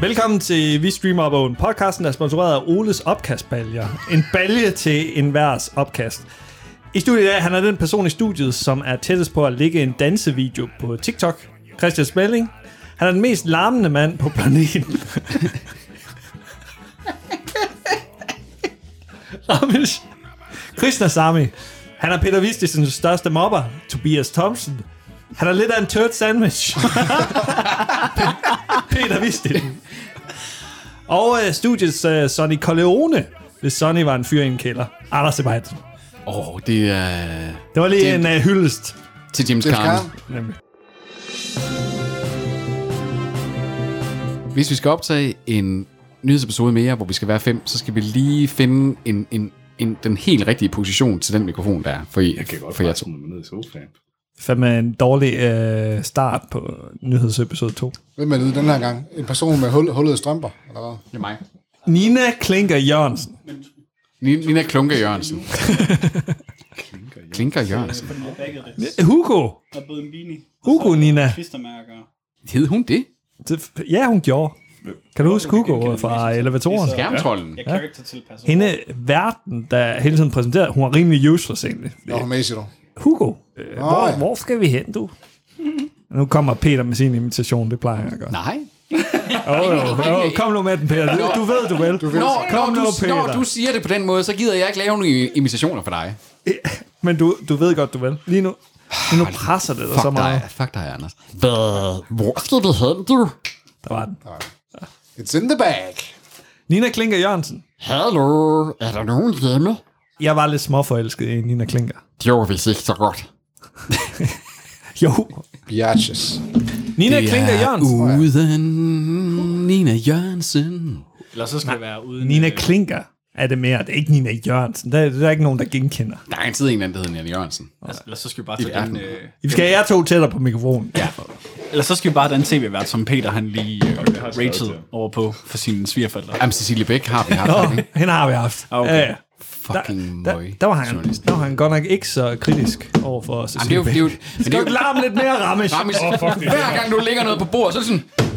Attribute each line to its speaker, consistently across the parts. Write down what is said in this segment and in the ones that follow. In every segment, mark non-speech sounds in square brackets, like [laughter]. Speaker 1: Velkommen til Vi Streamer Bogen. Podcasten er sponsoreret af Oles opkastbaljer. En balje til enhveres opkast. I studiet i dag, han er den person i studiet, som er tættest på at ligge en dansevideo på TikTok. Christian Smelling. Han er den mest larmende mand på planeten. Ramesh. Krishnasamy. Han er Peter Vistisens største mobber, Tobias Thompson. Han er lidt af en turd sandwich. [laughs] Peter Vistisen. Og øh, studiets øh, Sonny Corleone, hvis Sonny var en fyr i en kælder. Anders Sebastian.
Speaker 2: Åh, oh, det er...
Speaker 1: Det var lige
Speaker 2: Det-
Speaker 1: en øh, hyldest.
Speaker 2: Til James Carn.
Speaker 1: Nemlig.
Speaker 2: Hvis vi skal optage en nyhedsepisode mere, hvor vi skal være fem, så skal vi lige finde en, en, en, den helt rigtige position til den mikrofon, der er for, I,
Speaker 3: Jeg kan godt
Speaker 2: for jer
Speaker 3: bare
Speaker 2: to.
Speaker 3: smide mig ned i sofaen.
Speaker 1: Fandme en dårlig øh, start på nyhedsepisode 2.
Speaker 4: Hvem er det den her gang? En person med hul, hullede strømper? Eller hvad?
Speaker 2: Det er mig.
Speaker 1: Nina Klinker Jørgensen.
Speaker 2: Nina Klunker Jørgensen. Klinker
Speaker 5: Altså,
Speaker 2: Jørgensen.
Speaker 5: Bakkerids.
Speaker 1: Hugo.
Speaker 5: Og Bødenbini.
Speaker 1: Hugo, Nina.
Speaker 5: Klistermærker.
Speaker 2: Hed hun det?
Speaker 1: Det- Ja, hun gjorde. Kan du huske Hugo fra elevatoren?
Speaker 5: Ja.
Speaker 2: Skærmtrollen.
Speaker 5: Jeg character tilpasser.
Speaker 1: Hende verden, der hele tiden præsenterede, hun var rimelig useless egentlig.
Speaker 4: Nå, hun mæssigt du.
Speaker 1: Hugo, øh, hvor,
Speaker 4: ja.
Speaker 1: hvor skal vi hen, du? Nu kommer Peter med sin invitation, det plejer jeg at gøre.
Speaker 2: Nej.
Speaker 1: Oh, oh, oh, kom nu med den, Peter. Du, du ved, du vel. Du
Speaker 2: Når, når,
Speaker 1: kom nu,
Speaker 2: du,
Speaker 1: Peter.
Speaker 2: når du siger det på den måde, så gider jeg ikke lave nogen imitationer for dig.
Speaker 1: Men du, du ved godt, du vel. Lige nu, lige nu presser det dig så
Speaker 2: Fuck
Speaker 1: meget.
Speaker 2: dig, fuck dig, Anders. Hvad? Hvor skal vi hen, du?
Speaker 1: Der var den.
Speaker 4: It's in the bag.
Speaker 1: Nina Klinker Jørgensen.
Speaker 2: Hallo, er der nogen hjemme?
Speaker 1: Jeg var lidt småforelsket i Nina Klinker.
Speaker 2: Det var vist ikke så godt.
Speaker 1: Jo.
Speaker 4: Biatches.
Speaker 1: Nina Klinker Jørgensen.
Speaker 2: uden Nina Jørgensen.
Speaker 5: Eller så skal det være uden... øh,
Speaker 1: Nina Klinker er det mere. Det er ikke Nina Jørgensen. Der, der er ikke nogen, der genkender.
Speaker 2: Der er altid en eller anden, der hedder Nina Jørgensen.
Speaker 5: Eller så skal vi bare tage den... Øh,
Speaker 1: Vi skal have jer to tættere på mikrofonen. Ja.
Speaker 5: eller så skal vi bare have den tv-vært, som Peter han lige øh, rated over på for sine svigerforældre.
Speaker 2: Jamen, Cecilie Bæk har vi haft.
Speaker 1: Nå,
Speaker 2: Oh.
Speaker 1: hende har vi haft.
Speaker 5: Okay.
Speaker 1: Ja, ja.
Speaker 2: Fucking
Speaker 1: der,
Speaker 2: møg.
Speaker 1: der, var han,
Speaker 2: journalist.
Speaker 1: der var han godt nok ikke så kritisk over for Cecilie
Speaker 2: Jamen, det er jo... Det er jo, men det
Speaker 1: Skal
Speaker 2: er
Speaker 1: du ikke
Speaker 2: jo
Speaker 1: larme lidt mere, Ramesh?
Speaker 2: Ramis, hver gang du lægger noget på bordet, så er det sådan...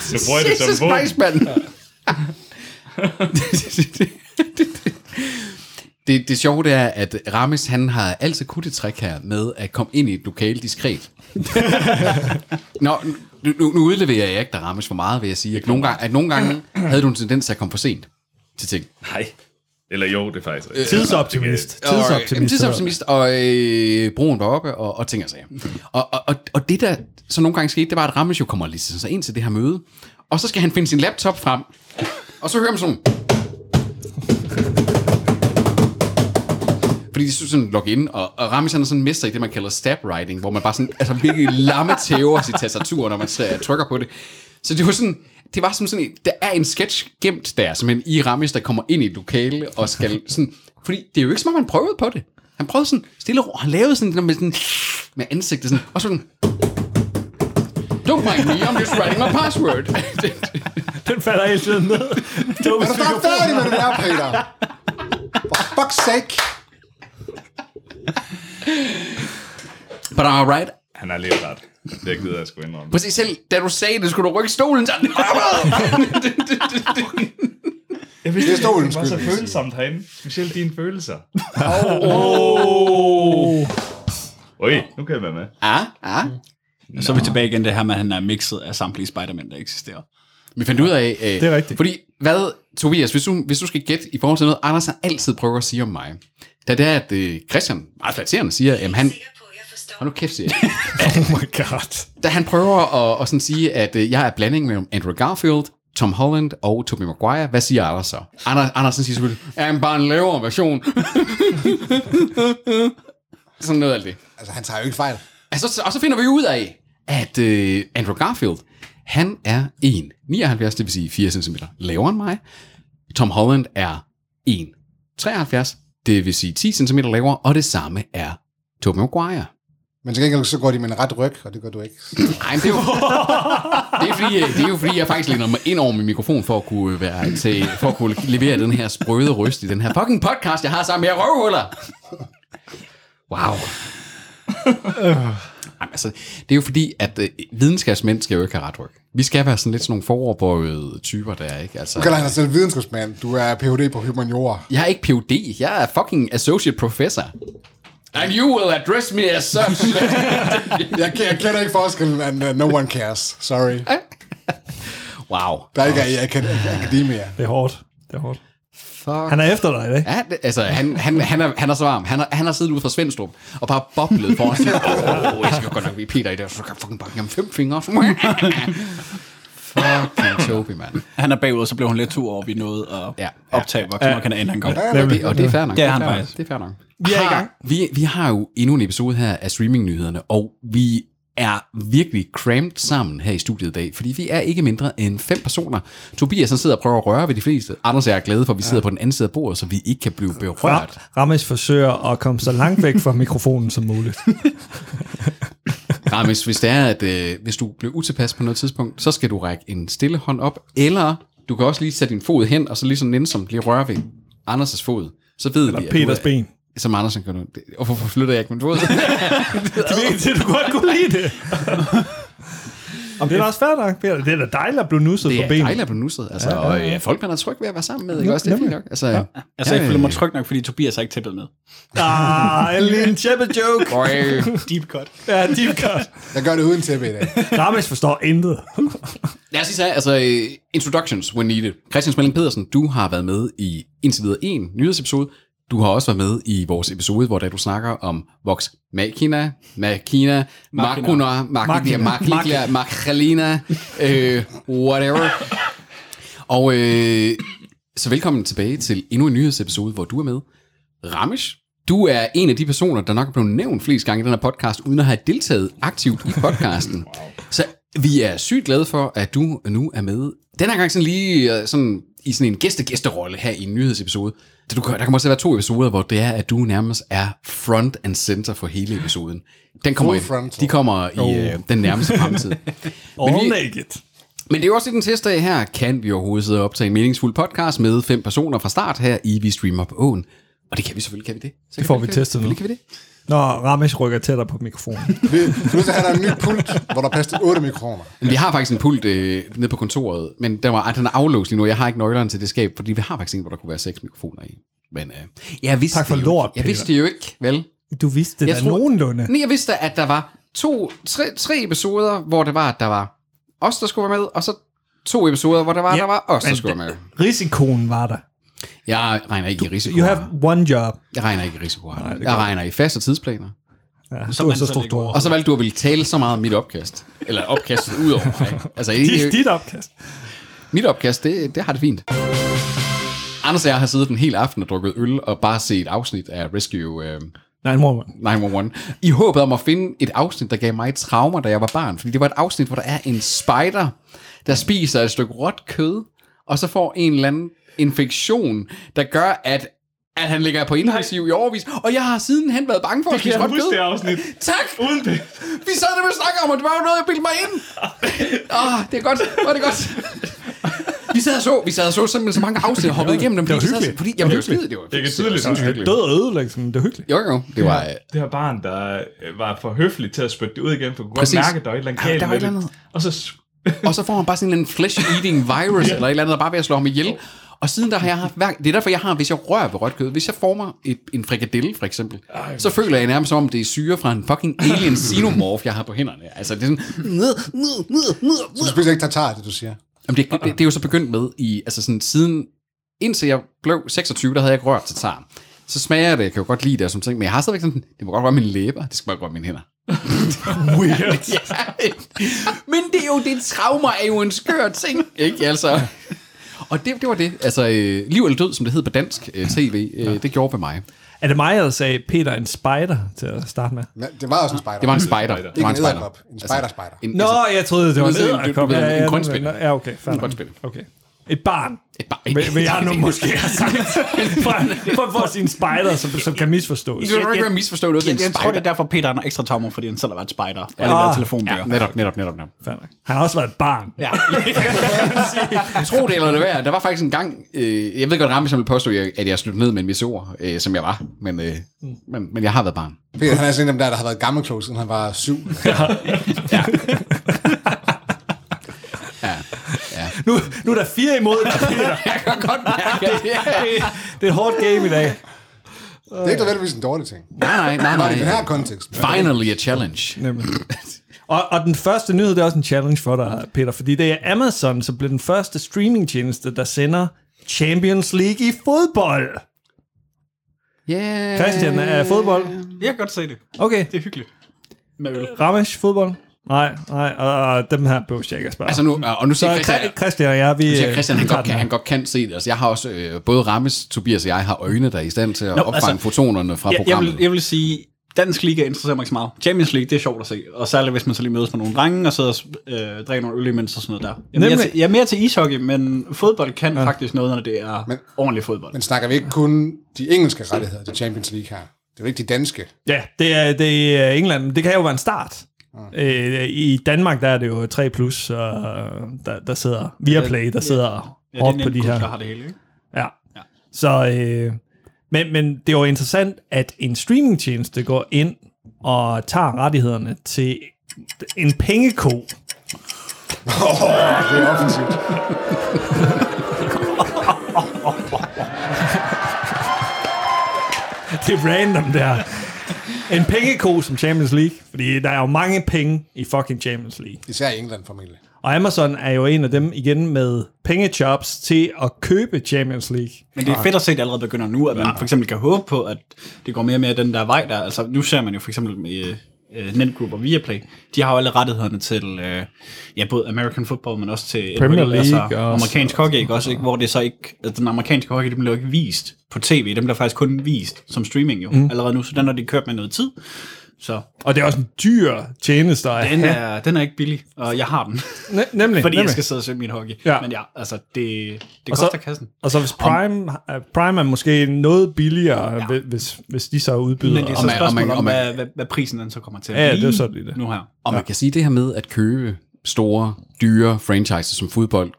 Speaker 3: Så bruger jeg det
Speaker 2: [laughs]
Speaker 3: som
Speaker 2: Jesus
Speaker 3: våben.
Speaker 2: Christ, mand! Det, det sjove det er, at Ramis han har altid kunnet det trick her med at komme ind i et lokale diskret. Nå, nu, nu, nu udleverer jeg ikke dig, Ramis, for meget, vil jeg sige. At nogle, gange, at nogle gange havde du en tendens til at komme for sent til ting.
Speaker 3: Nej. Eller jo, det er faktisk rigtigt.
Speaker 1: Tidsoptimist.
Speaker 2: Og, øh,
Speaker 1: Tidsoptimist.
Speaker 2: tidsoptimist, og øh, broen var oppe, og, og ting og sager. Og, og, og, og det der så nogle gange skete, det var, at Rammes jo kommer lige sig ind til det her møde, og så skal han finde sin laptop frem, og så hører man sådan... Fordi de synes sådan log in, og, og Ramis han er sådan en mester i det, man kalder stab writing, hvor man bare sådan, altså virkelig lamme tæver sit tastatur, når man sidder og trykker på det. Så det var sådan, det var som sådan, en- der er en sketch gemt der, simpelthen i Ramis, der kommer ind i et lokale og skal sådan, fordi det er jo ikke som om, han prøvede på det. Han prøvede sådan stille og ro, han lavede sådan, det der med, sådan, med ansigtet sådan, og sådan, Don't mind me, I'm just writing my password. [laughs]
Speaker 1: Den falder hele tiden ned.
Speaker 4: Er du snart færdig med det der, Peter? For fuck's sake.
Speaker 2: But I'm alright.
Speaker 3: Han er lidt ret. Det gider jeg sgu indrømme.
Speaker 2: Præcis selv, da du sagde det, skulle du rykke stolen, så
Speaker 3: Jeg
Speaker 4: Det er stolen, skulle jeg sige.
Speaker 3: følsomt herinde. Specielt dine følelser. Åh. Oj, nu kan jeg være med.
Speaker 2: Ja, ja.
Speaker 5: Og så er vi tilbage igen det her med, at han er mixet af samtlige Spider-Man, der eksisterer.
Speaker 2: Vi fandt ud af... Øh, det
Speaker 1: er rigtigt.
Speaker 2: Fordi, hvad, Tobias, hvis du, hvis du skal gætte i forhold til noget, Anders har altid prøver at sige om mig, da det er, at øh, Christian, meget flatterende, siger, at han... Hold nu kæft, siger jeg.
Speaker 1: Oh my god.
Speaker 2: Da han prøver at, at sådan sige, at øh, jeg er blanding mellem Andrew Garfield, Tom Holland og Tobey Maguire. Hvad siger Anders så? Anders, Andersen siger selvfølgelig, at han bare en lavere version. [laughs] sådan noget af det.
Speaker 4: Altså, han tager jo ikke fejl.
Speaker 2: Altså, og så finder vi ud af, at øh, Andrew Garfield, han er 1,79, det vil sige 4 cm lavere end mig. Tom Holland er 1,73, det vil sige 10 cm lavere, og det samme er Tobey Maguire.
Speaker 4: Men til gengæld så går de med en ret ryg, og det gør du ikke.
Speaker 2: Ej, men det er jo, det er fordi, øh, det er jo fordi, jeg faktisk læner mig ind over min mikrofon for at kunne, være til, for at kunne levere den her sprøde ryst i den her fucking podcast, jeg har sammen med jer røvhuller. Wow. Jamen, altså, det er jo fordi, at øh, videnskabsmænd skal jo ikke have ret ryg. Vi skal være sådan lidt sådan nogle foroverbøjede typer der, ikke? Altså,
Speaker 4: Du kalder dig selv videnskabsmand. Du er Ph.D. på humaniora.
Speaker 2: Jeg er ikke Ph.D. Jeg er fucking associate professor. And you will address me as such.
Speaker 4: Jeg, jeg kender ikke forskellen, and uh, no one cares. Sorry.
Speaker 2: wow.
Speaker 4: Der er ikke i akad- akademia.
Speaker 1: Det er hårdt. Det er hårdt.
Speaker 2: Fuck.
Speaker 1: Han er efter dig i dag.
Speaker 2: Ja, det, altså, han, han, han, er, han er så varm. Han har, han har siddet ude fra Svendstrup og bare boblet foran sig. Åh, oh, jeg skal godt nok blive Peter i dag, så kan jeg fucking banke ham med fem fingre. fucking Toby, mand.
Speaker 5: Han er bagud, så blev hun lidt tur over, vi nåede at
Speaker 2: Ja.
Speaker 5: ja. optage, hvor ja. kanalen han kom.
Speaker 2: Og det, og det er fair nok.
Speaker 5: Det er han
Speaker 2: fair nok.
Speaker 5: faktisk.
Speaker 2: Det er fair nok.
Speaker 1: Vi er i
Speaker 2: Har-
Speaker 1: gang.
Speaker 2: Vi, vi har jo endnu en episode her af streamingnyhederne, og vi er virkelig crammed sammen her i studiet i dag, fordi vi er ikke mindre end fem personer. Tobias han sidder og prøver at røre ved de fleste. Anders og jeg er glade for, at vi sidder på den anden side af bordet, så vi ikke kan blive berørt.
Speaker 1: Ram- Rames forsøger at komme så langt væk fra mikrofonen som [laughs] muligt.
Speaker 2: Nej, hvis, hvis det er, at øh, hvis du bliver utilpas på noget tidspunkt, så skal du række en stille hånd op, eller du kan også lige sætte din fod hen, og så lige sådan nænsomt lige røre ved Anders' fod. Så ved vi, at du
Speaker 1: Peters
Speaker 2: er-
Speaker 1: ben.
Speaker 2: Som Andersen gør nu. Det- Og hvorfor flytter jeg ikke min fod?
Speaker 1: Det virker til, at du godt kunne lide det. Om det er da også fair nok, Peter. Det er da dejligt at blive nusset
Speaker 2: det
Speaker 1: på
Speaker 2: er
Speaker 1: benet.
Speaker 2: dejligt at blive nusset. Altså, ja, ja, ja. Og øh, folk man er tryg ved at være sammen med. Ikke? Også, det er fint nok. Altså, ja.
Speaker 5: Altså, jeg føler mig tryg nok, fordi Tobias har ikke tæppet med.
Speaker 1: Ah, en lille tjeppe joke.
Speaker 5: Deep cut.
Speaker 1: Ja, deep cut.
Speaker 4: Jeg gør det uden tæppe i dag.
Speaker 1: Rames forstår intet.
Speaker 2: Lad os lige sige, altså øh, introductions when needed. Christian Smelling Pedersen, du har været med i indtil videre en nyhedsepisode. Du har også været med i vores episode, hvor da du snakker om Vox Machina, Machina, Makuna, Makina, Makina, Makrelina, øh, whatever. Og øh, så velkommen tilbage til endnu en nyhedsepisode, hvor du er med. Ramesh, du er en af de personer, der nok er blevet nævnt flest gange i den her podcast, uden at have deltaget aktivt i
Speaker 4: [laughs]
Speaker 2: podcasten. Så vi er sygt glade for, at du nu er med. Den her gang sådan lige øh, sådan, i sådan en gæste-gæsterolle her i en nyhedsepisode. Så du, kan- der kommer også til at være to episoder, hvor det er, at du nærmest er front and center for hele episoden. Den kommer,
Speaker 4: Full frontal. Oh.
Speaker 2: de kommer i øh, den nærmeste
Speaker 4: [laughs]
Speaker 2: fremtid. Men
Speaker 1: All
Speaker 2: vi-
Speaker 1: naked.
Speaker 2: men det er jo også i den sidste dag her, kan vi overhovedet sidde og optage en meningsfuld podcast med fem personer fra start her i Vi Streamer på Åen. Og det kan vi selvfølgelig, kan vi det? Så kan
Speaker 1: får vi
Speaker 2: kan
Speaker 1: testet nu.
Speaker 2: Selvfølgelig kan vi det.
Speaker 1: Når Rames rykker tættere på mikrofonen.
Speaker 4: Vi vi er nødt til at have dig en ny pult, hvor der passer til 8 mikroner.
Speaker 2: Men vi har faktisk en pult øh, nede på kontoret, men den, var, den er aflåst lige nu. Jeg har ikke nøglerne til det skab, fordi vi har faktisk en, hvor der kunne være seks mikrofoner i. Men øh, jeg vidste
Speaker 1: Tak for
Speaker 2: det jo,
Speaker 1: lort,
Speaker 2: ikke. Jeg
Speaker 1: Peter.
Speaker 2: vidste det jo ikke, vel?
Speaker 1: [laughs] Du vidste det
Speaker 2: Jeg
Speaker 1: da
Speaker 2: tror-
Speaker 1: nogenlunde.
Speaker 2: Nej, jeg vidste, at der var to, tre, tre episoder, hvor det var, at der var os, der skulle være med, og så to episoder, hvor der var, ja, der var os, der
Speaker 1: men
Speaker 2: skulle være med.
Speaker 1: Risikoen var der.
Speaker 2: Jeg regner ikke i risiko.
Speaker 1: You have one job.
Speaker 2: Jeg regner ikke i risiko. Nej, jeg regner i faste tidsplaner.
Speaker 1: Ja, du er
Speaker 5: man
Speaker 1: så
Speaker 5: så
Speaker 1: stor.
Speaker 5: lægger over.
Speaker 2: Og så valgte du at ville tale så meget om mit opkast. Eller opkastet ud over mig. Altså,
Speaker 1: Dit,
Speaker 2: ikke,
Speaker 1: dit opkast.
Speaker 2: mit opkast, det, det har det fint. Anders og jeg har siddet den hele aften og drukket øl og bare set et afsnit af Rescue øh,
Speaker 1: Nej, mor, man.
Speaker 2: 911. I håbet om at finde et afsnit, der gav mig traumer, da jeg var barn. Fordi det var et afsnit, hvor der er en spider, der spiser et stykke råt kød, og så får en eller anden infektion, der gør, at, at han ligger på intensiv i overvis. Og jeg har sidenhen været bange for at
Speaker 3: Kan
Speaker 2: spise
Speaker 3: jeg
Speaker 2: råt
Speaker 3: huske det
Speaker 2: kød.
Speaker 3: afsnit?
Speaker 2: Tak!
Speaker 3: Uden det.
Speaker 2: Vi sad der og snakkede om, at det var jo noget, jeg bildte mig
Speaker 1: [laughs]
Speaker 2: ind. Åh, oh, det er godt. Var det godt. Vi sad og så, vi sad og så simpelthen så mange afsnit og hoppede igennem dem.
Speaker 1: det var
Speaker 2: fordi sad-
Speaker 1: hyggeligt.
Speaker 2: Fordi, jamen, det var hyggeligt. Det var
Speaker 3: Det kan tydeligt
Speaker 2: sindssygt
Speaker 3: huske.
Speaker 2: hyggeligt.
Speaker 1: Død og ødelæggelse, men det er hyggeligt.
Speaker 2: Jo, jo. Det var... øh,
Speaker 3: Det her barn, der øh, var for høflig til at spytte det ud igen, for kunne godt
Speaker 2: Præcis.
Speaker 3: mærke, at der var et eller andet
Speaker 2: Ja,
Speaker 3: galt
Speaker 2: der var
Speaker 3: med
Speaker 2: et eller
Speaker 3: det. Og så s-
Speaker 2: øh, Og så får han bare sådan en eller anden flesh-eating virus, eller et eller andet, der bare er ved at slå ham ihjel. Og siden der har jeg haft, hver, det er derfor, jeg har, hvis jeg rører ved rødt kød, hvis jeg former et, en frikadelle for eksempel, så føler jeg nærmest som om, det er syre fra en fucking alien xenomorph, jeg har på hænderne. Altså, det er sådan, ned, ned, ned, ned,
Speaker 4: Så du spiser ikke tartar, det du siger.
Speaker 2: Jamen, det, det, det, er jo så begyndt med i, altså sådan siden, indtil jeg blev 26, der havde jeg ikke rørt tatar. Så smager jeg det, jeg kan jo godt lide det og sådan ting, men jeg har stadigvæk sådan, det må godt røre mine læber, det skal bare ikke røre mine [laughs] hænder.
Speaker 1: Weird.
Speaker 2: Ja, men det er jo, det traumer er jo en skør ting, ikke altså? Og det, det var det, altså øh, liv eller død, som det hed på dansk øh, tv, øh, det gjorde ved mig.
Speaker 1: Er det mig, der sagde Peter en spider til at starte med?
Speaker 4: Men det var også en spider.
Speaker 2: Det var en spider. Det
Speaker 4: Ikke
Speaker 2: var en
Speaker 4: en
Speaker 2: spider.
Speaker 4: edderkop. En spider-spider.
Speaker 2: En, altså,
Speaker 1: Nå, jeg troede, det var
Speaker 2: Du ved,
Speaker 1: en
Speaker 2: du- du
Speaker 1: edderkop.
Speaker 2: ved, en
Speaker 1: Ja, ja,
Speaker 2: grønspætte.
Speaker 1: Ja, okay. Fair
Speaker 2: En
Speaker 1: nok.
Speaker 2: grønspætte.
Speaker 1: Okay. Et barn.
Speaker 2: Et bar-
Speaker 1: Vil, vil jeg nu måske have sagt. [laughs] For, for, for sin spider, som, som kan misforstås.
Speaker 2: Du skal ikke være misforstået noget.
Speaker 5: Jeg,
Speaker 2: det er
Speaker 5: jeg
Speaker 2: en
Speaker 5: tror, det
Speaker 2: spider.
Speaker 5: er derfor, Peter har ekstra tommer, fordi han selv har været spider. Og ja. været telefonbøger.
Speaker 2: Ja, netop, netop, netop, netop.
Speaker 1: Han har også været et barn.
Speaker 5: Ja.
Speaker 2: Tro det eller det være. Der var faktisk en gang, øh, jeg ved godt, Rami som ville påstå, at jeg- at jeg sluttede ned med en misor, øh, som jeg var, men, øh, men, men jeg har været barn.
Speaker 4: Peter, han er sådan en af dem der, der har været gammel klog, siden han var syv.
Speaker 2: [laughs]
Speaker 1: Nu, nu er der fire imod dig, Peter.
Speaker 2: Jeg kan godt mærke, at det er...
Speaker 1: Det, det er et hårdt game i dag.
Speaker 4: Det er ikke nødvendigvis en dårlig ting.
Speaker 2: Nej, nej, nej,
Speaker 4: Bare i den her
Speaker 2: nej.
Speaker 4: kontekst.
Speaker 2: Finally a challenge.
Speaker 1: Og, og den første nyhed, det er også en challenge for dig, Peter, fordi det er Amazon, som bliver den første streamingtjeneste, der sender Champions League i fodbold.
Speaker 2: Yeah.
Speaker 1: Christian, er fodbold?
Speaker 5: Jeg kan godt se det.
Speaker 1: Okay.
Speaker 5: Det er hyggeligt. Med øl.
Speaker 1: Ramesh, fodbold? Nej, nej, og, og dem her behøver jeg ikke at spørge.
Speaker 2: Altså nu, og nu
Speaker 1: så
Speaker 2: siger Christian,
Speaker 1: Christian og jeg, vi...
Speaker 2: siger Christian
Speaker 1: vi
Speaker 2: han,
Speaker 1: tager
Speaker 2: godt
Speaker 1: den
Speaker 2: kan,
Speaker 1: her.
Speaker 2: han godt kan se det. Altså, jeg har også, øh, både Rammes, Tobias og jeg har øjne, der er i stand til at Nå, opfange altså,
Speaker 5: altså,
Speaker 2: fotonerne fra
Speaker 5: Jeg, jeg,
Speaker 2: programmet.
Speaker 5: vil, jeg vil sige, dansk liga interesserer mig ikke så meget. Champions League, det er sjovt at se. Og særligt, hvis man så lige mødes med nogle drenge og sidder og øh, drikker nogle øl imens og sådan noget der. Jeg er, mere
Speaker 1: Nemlig.
Speaker 5: til, jeg er mere til ishockey, men fodbold kan ja. faktisk noget, når det er men, ordentlig fodbold.
Speaker 4: Men snakker vi ikke kun de engelske rettigheder til Champions League her? Det er jo ikke de
Speaker 2: [laughs]
Speaker 4: danske.
Speaker 1: Ja, det er, det er øh, England, men det kan jo være en start. Øh, I Danmark, der er det jo 3+, plus, og der, der sidder Viaplay, der sidder ja, hårdt
Speaker 5: det
Speaker 1: på de her.
Speaker 5: der har det hele, ikke?
Speaker 1: Ja. Så, øh, men, men det er jo interessant, at en streamingtjeneste går ind og tager rettighederne til en pengeko.
Speaker 4: Det er offensivt.
Speaker 1: Det er random, der. En pengeko som Champions League, fordi der er jo mange penge i fucking Champions League.
Speaker 4: Især i England formentlig.
Speaker 1: Og Amazon er jo en af dem igen med pengejobs til at købe Champions League.
Speaker 5: Men det er fedt at se, at det allerede begynder nu, at man for eksempel kan håbe på, at det går mere og mere den der vej der. Altså, nu ser man jo for eksempel med øh, Netgroup og Viaplay, de har jo alle rettighederne til øh, ja, både American Football, men også til
Speaker 1: Premier
Speaker 5: NHL,
Speaker 1: League og-
Speaker 5: amerikansk hockey, ikke? Også, ikke? hvor det så ikke, at den amerikanske hockey, den bliver jo ikke vist på tv, den bliver faktisk kun vist som streaming jo, mm. allerede nu, så den har de kørt med noget tid. Så
Speaker 1: Og det er også en dyr tjeneste. at
Speaker 5: den
Speaker 1: have.
Speaker 5: er, den er ikke billig, og jeg har den,
Speaker 1: Ne- nemlig.
Speaker 5: [laughs] fordi jeg
Speaker 1: nemlig.
Speaker 5: skal sidde og se min hockey.
Speaker 1: Ja.
Speaker 5: Ja. Men ja, altså, det, det
Speaker 1: Og så-
Speaker 5: koster kassen.
Speaker 1: Og så hvis Prime, øh, Prime er måske noget billigere, ja. hvis, hvis de så udbyder.
Speaker 5: Men det er
Speaker 2: Og
Speaker 5: så
Speaker 2: man- og
Speaker 5: spørgsmålet
Speaker 2: man-
Speaker 5: om,
Speaker 2: og man-
Speaker 5: hvad, hvad, hvad prisen den så kommer til at
Speaker 1: Ja, ja,
Speaker 5: blive
Speaker 1: det er så lige det.
Speaker 5: nu her.
Speaker 2: Og man kan sige det her med at købe store, dyre franchises som fodbold.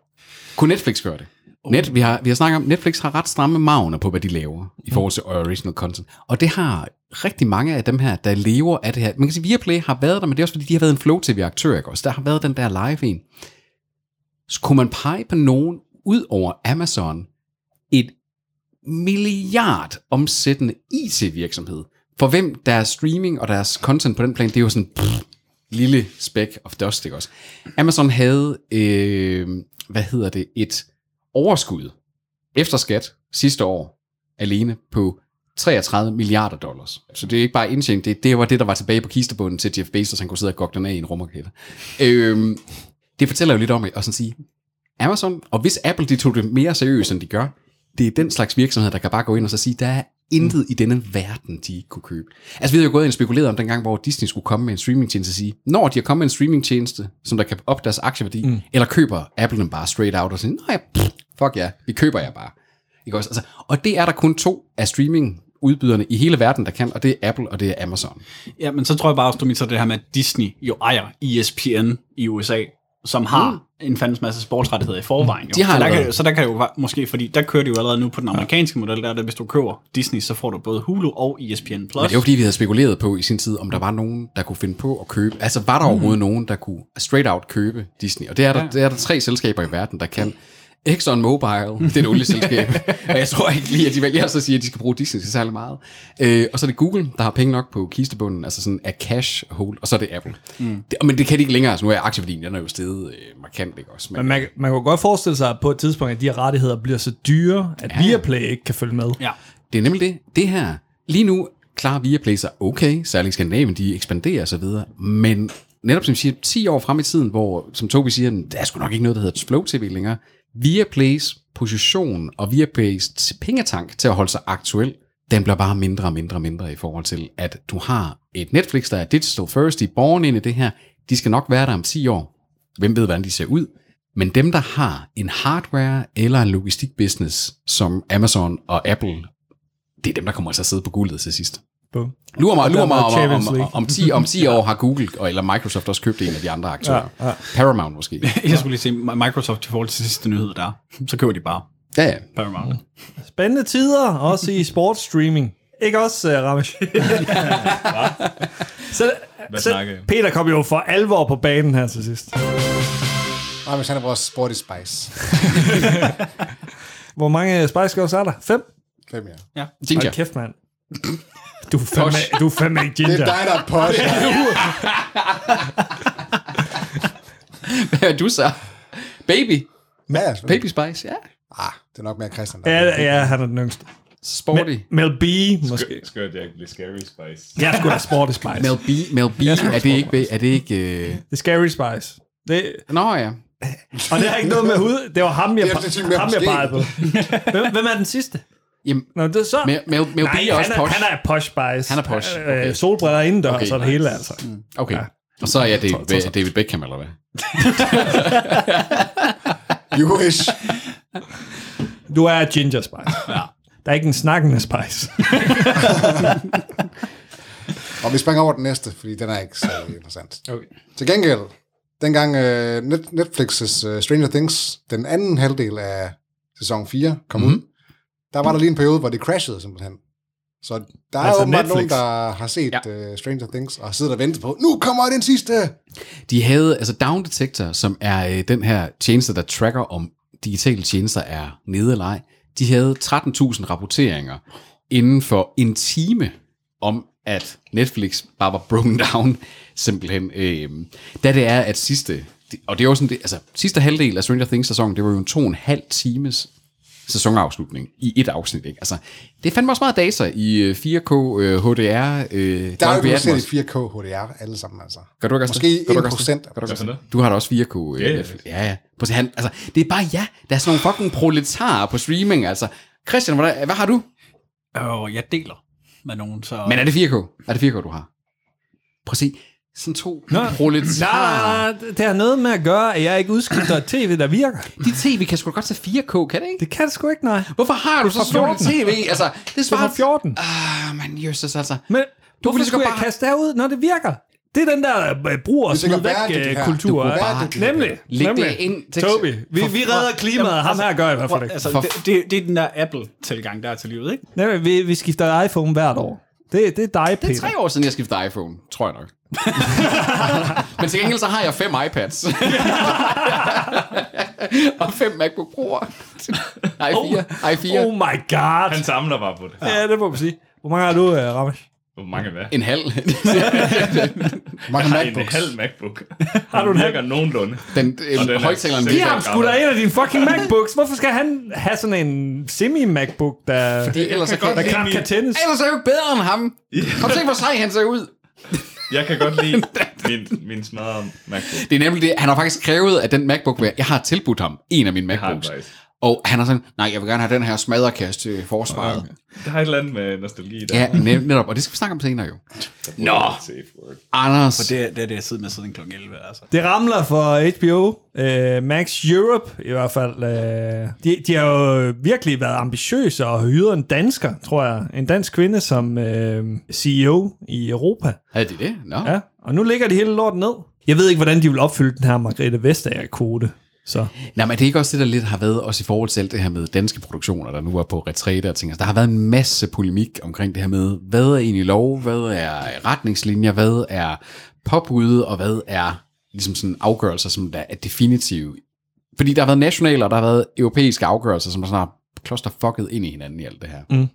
Speaker 2: Kunne Netflix gøre det? Net, vi, har, vi har snakket om, Netflix har ret stramme magner på, hvad de laver i forhold til original content. Og det har rigtig mange af dem her, der lever af det her. Man kan sige, Viaplay har været der, men det er også fordi, de har været en flow-tv-aktør, ikke også? Der har været den der live en. Så kunne man pege på nogen ud over Amazon, et milliard omsættende IT-virksomhed, for hvem deres streaming og deres content på den plan, det er jo sådan pff, lille speck of dust, ikke også? Amazon havde, øh, hvad hedder det, et overskud efter skat sidste år alene på 33 milliarder dollars. Så det er ikke bare indtjening, det, det var det, der var tilbage på kistebunden til Jeff Bezos, han kunne sidde og gokke den af i en rumraket. Øhm, det fortæller jo lidt om, at og sådan sige, Amazon, og hvis Apple de tog det mere seriøst, end de gør, det er den slags virksomhed, der kan bare gå ind og så sige, der er intet i denne verden, de ikke kunne købe. Altså, vi havde jo gået ind og spekuleret om dengang, hvor Disney skulle komme med en streamingtjeneste og sige, når de har kommet med en streamingtjeneste, som der kan op deres aktieværdi, mm. eller køber Apple dem bare straight out og sige, nej, pff, fuck ja, vi køber jer bare. Ikke også? Altså, og det er der kun to af streaming udbyderne i hele verden, der kan, og det er Apple, og det er Amazon.
Speaker 5: Ja, men så tror jeg bare også, du mener så det her med, at Disney jo ejer E ESPN i USA, som har mm. en fandens masse sportsrettigheder i forvejen. Jo.
Speaker 2: De har
Speaker 5: så, der
Speaker 2: allerede.
Speaker 5: kan, så der kan jo va- måske, fordi der kører de jo allerede nu på den amerikanske model, der er det, hvis du køber Disney, så får du både Hulu og E ESPN+. Plus.
Speaker 2: Men det er jo fordi, vi havde spekuleret på i sin tid, om der var nogen, der kunne finde på at købe. Altså, var der overhovedet nogen, der kunne straight out købe Disney? Og det er der, ja. det er der tre selskaber i verden, der kan. Exxon Mobile, [laughs] det er et olieselskab. og jeg tror ikke lige, at de vælger at sige, at de skal bruge Disney til særlig meget. Øh, og så er det Google, der har penge nok på kistebunden, altså sådan af cash hold, og så er det Apple. Mm. Det, men det kan de ikke længere, altså nu er aktieværdien, den er jo steget øh, markant, ikke også?
Speaker 1: Men man, man kunne godt forestille sig at på et tidspunkt, at de her rettigheder bliver så dyre, at ja. Viaplay ikke kan følge med.
Speaker 5: Ja.
Speaker 2: Det er nemlig det. Det her, lige nu klarer Viaplay sig okay, særligt i Skandinavien, de ekspanderer osv., men netop som vi siger, 10 år frem i tiden, hvor, som Tobi siger, der er sgu nok ikke noget, der hedder Flow TV længere, Viaplays position og Viaplays t- pengetank til at holde sig aktuel, den bliver bare mindre og mindre og mindre i forhold til, at du har et Netflix, der er digital first, de er born ind i det her, de skal nok være der om 10 år. Hvem ved, hvordan de ser ud? Men dem, der har en hardware eller en logistikbusiness, som Amazon og Apple, det er dem, der kommer til at sidde på guldet til sidst.
Speaker 1: Bum.
Speaker 2: Lurer mig, lurer
Speaker 1: der
Speaker 2: mig
Speaker 1: var
Speaker 2: om,
Speaker 1: Champions
Speaker 2: om, om,
Speaker 1: League.
Speaker 2: om, 10, om 10 år har Google og- eller Microsoft også købt en af de andre aktører. Ja, ja. Paramount måske.
Speaker 5: Jeg skulle lige se Microsoft i forhold til sidste nyhed der. Så køber de bare
Speaker 2: Ja, ja.
Speaker 5: Paramount.
Speaker 1: Spændende tider, også i sportsstreaming. [laughs] Ikke også, uh, [laughs] Ramesh? så,
Speaker 3: Hvad snakker I
Speaker 1: så
Speaker 3: om?
Speaker 1: Peter kom jo for alvor på banen her til sidst.
Speaker 4: Nej, men han er vores sporty spice.
Speaker 1: Hvor mange øh, Spice Girls er der? Fem?
Speaker 4: Hvem er jeg?
Speaker 2: Ginger.
Speaker 1: Hold kæft, mand. Du er fandme, du er fandme ikke
Speaker 4: Det er
Speaker 1: ginger.
Speaker 4: dig, der er posh.
Speaker 2: Hvad er [laughs] du så? Baby.
Speaker 4: Ja,
Speaker 2: Baby Spice, ja.
Speaker 4: ah, det er nok mere Christian. Der.
Speaker 1: Ja, ja, han er den yngste.
Speaker 2: Sporty.
Speaker 1: Mel B, måske.
Speaker 3: Skø- Skørt, jeg ikke bliver Scary Spice.
Speaker 1: Jeg skulle da Sporty Spice.
Speaker 2: Mel B. Mel B. Er det ikke... Er det ikke øh...
Speaker 1: Det er Scary Spice. Det,
Speaker 2: Nå ja.
Speaker 1: og det har ikke noget med hud. Det var ham, jeg,
Speaker 4: Det er sådan, jeg
Speaker 1: ham, jeg
Speaker 4: måske.
Speaker 1: pegede
Speaker 4: [laughs]
Speaker 1: på. Hvem, hvem er den sidste?
Speaker 2: Jamen,
Speaker 1: Nå, det er så...
Speaker 2: Mel, Mel, Mel B.
Speaker 1: Nej,
Speaker 2: er også
Speaker 1: han, er,
Speaker 2: posh.
Speaker 1: han er posh spice.
Speaker 2: Han er posh, okay.
Speaker 1: Øh, solbriller indendørs
Speaker 2: Okay,
Speaker 1: okay, og det
Speaker 2: nice. Mm.
Speaker 1: hele, altså.
Speaker 2: Okay. Ja. Og så er jeg David, David Beckham, eller hvad?
Speaker 4: You wish.
Speaker 1: Du er ginger
Speaker 2: [laughs]
Speaker 1: spice. ja. Der er ikke en snakkende spice.
Speaker 4: Og vi springer over den næste, fordi den er ikke så interessant. Okay. Til gengæld, dengang øh, Net- Netflix's øh, Stranger Things, den anden halvdel af sæson 4, kom mm-hmm. ud, der var der lige en periode, hvor det crashede simpelthen. Så der er
Speaker 1: Altså
Speaker 4: altså åbenbart
Speaker 1: Netflix.
Speaker 4: nogen, der har set ja. uh, Stranger Things og sidder og venter på, nu kommer den sidste!
Speaker 2: De havde, altså Down Detector, som er øh, den her tjeneste, der tracker, om digitale tjenester er nede eller ej, de havde 13.000 rapporteringer inden for en time om, at Netflix bare var broken down, [laughs] simpelthen. Øh, da det er, at sidste, og det er jo sådan, det, altså sidste halvdel af Stranger Things-sæsonen, det var jo en to og en halv times sæsonafslutning i et afsnit, ikke? Altså, det er fandme også meget data i øh, 4K, øh, HDR, øh,
Speaker 4: Der er jo
Speaker 2: Dolby
Speaker 4: blevet
Speaker 2: Atmos.
Speaker 4: set i 4K HDR alle sammen, altså.
Speaker 2: Gør du ikke også
Speaker 4: Måske
Speaker 2: det? Gør du ikke også
Speaker 4: 1 procent.
Speaker 2: Gør du ikke også
Speaker 3: Hvad for
Speaker 2: det? Du har da også 4K.
Speaker 3: Ja, ja.
Speaker 2: Yeah. Ja, ja. På han, altså, det er bare ja. Der er sådan nogle fucking proletarer på streaming, altså. Christian, hvordan, hvad har du?
Speaker 5: Og jeg deler med nogen, så...
Speaker 2: Men er det 4K? Er det 4K, du har? Prøv at se. Sådan to Nå. [laughs]
Speaker 1: [laughs]
Speaker 2: proletarer.
Speaker 1: Nej, det har noget med at gøre, at jeg ikke udskifter et tv, der virker.
Speaker 2: Dit tv kan sgu da godt tage 4K, kan det ikke?
Speaker 1: Det kan det sgu ikke, nej.
Speaker 2: Hvorfor har du så stort et
Speaker 1: 14.
Speaker 2: tv? Altså, det
Speaker 1: Det var
Speaker 2: svarer...
Speaker 1: 14.
Speaker 2: Ah, man, jøsses, altså.
Speaker 1: Men du
Speaker 2: Hvorfor
Speaker 1: ville
Speaker 2: skal
Speaker 1: sgu
Speaker 2: ligesom bare-
Speaker 1: bare... kaste derud, når det virker. Det er den der øh, brug og
Speaker 4: Vi tænker
Speaker 1: smid væk
Speaker 4: bæredygtigt
Speaker 1: øh,
Speaker 4: her.
Speaker 1: kultur.
Speaker 4: Du
Speaker 1: ikke?
Speaker 4: bæredygtigt.
Speaker 1: Nemlig.
Speaker 2: Læg det
Speaker 1: nemlig.
Speaker 2: ind til-
Speaker 1: Toby, vi, vi redder klimaet. Ham her gør i hvert fald ikke.
Speaker 5: Altså, det, det, det er den der Apple-tilgang, der er til livet, ikke?
Speaker 1: Nemlig, vi, vi skifter iPhone hvert år. Det, det er dig,
Speaker 2: Det er
Speaker 1: Peter.
Speaker 2: tre år siden, jeg skiftede iPhone, tror jeg nok. Men til gengæld så har jeg fem iPads. [laughs] og fem MacBook Pro'er. Nej, fire. Ej, fire.
Speaker 1: Oh my god.
Speaker 3: Han samler bare på det.
Speaker 1: Ja, det må man sige. Hvor mange har du, øh, Ramesh?
Speaker 3: Hvor mange hvad?
Speaker 2: En halv.
Speaker 4: Hvor mange
Speaker 3: Nej, en
Speaker 4: MacBooks?
Speaker 3: halv MacBook. Har du den virker nogenlunde.
Speaker 2: den øh,
Speaker 3: er
Speaker 2: højtaleren
Speaker 3: sikkert
Speaker 1: Giv
Speaker 2: virker.
Speaker 1: ham sgu da en af dine fucking MacBooks. Hvorfor skal han have sådan en semi-MacBook, der,
Speaker 2: Det, ellers, jeg kan,
Speaker 1: der
Speaker 2: jeg
Speaker 1: knap kan tændes?
Speaker 2: ellers er jeg jo bedre end ham. Kom se, hvor sej han ser ud.
Speaker 3: Jeg kan godt lide min, min smadrede MacBook.
Speaker 2: Det er nemlig det, han har faktisk krævet, at den MacBook, jeg har tilbudt ham, en af mine
Speaker 3: har den
Speaker 2: MacBooks.
Speaker 3: faktisk.
Speaker 2: Og han har sådan, nej, jeg vil gerne have den her smadderkast til forsvaret.
Speaker 3: Der er et eller andet med nostalgi der.
Speaker 2: Ja, net- netop. Og det skal vi snakke om senere jo.
Speaker 3: Nå!
Speaker 2: Anders.
Speaker 5: Det er det, er det jeg sidder med siden kl. 11, altså.
Speaker 1: Det ramler for HBO, øh, Max Europe i hvert fald. Øh, de, de har jo virkelig været ambitiøse og hyret en dansker, tror jeg. En dansk kvinde som øh, CEO i Europa.
Speaker 2: Havde de det? Nå.
Speaker 1: Ja, og nu ligger de hele lorten ned. Jeg ved ikke, hvordan de vil opfylde den her Margrethe Vestager-kvote. Så.
Speaker 2: Nej, men det er ikke også det, der lidt har været, også i forhold til alt det her med danske produktioner, der nu er på retræte og ting. Altså, der har været en masse polemik omkring det her med, hvad er egentlig lov, hvad er retningslinjer, hvad er påbud, og hvad er ligesom sådan afgørelser, som der er definitive. Fordi der har været nationale, og der har været europæiske afgørelser, som er sådan kloster fucket ind i hinanden i alt det her. Mm.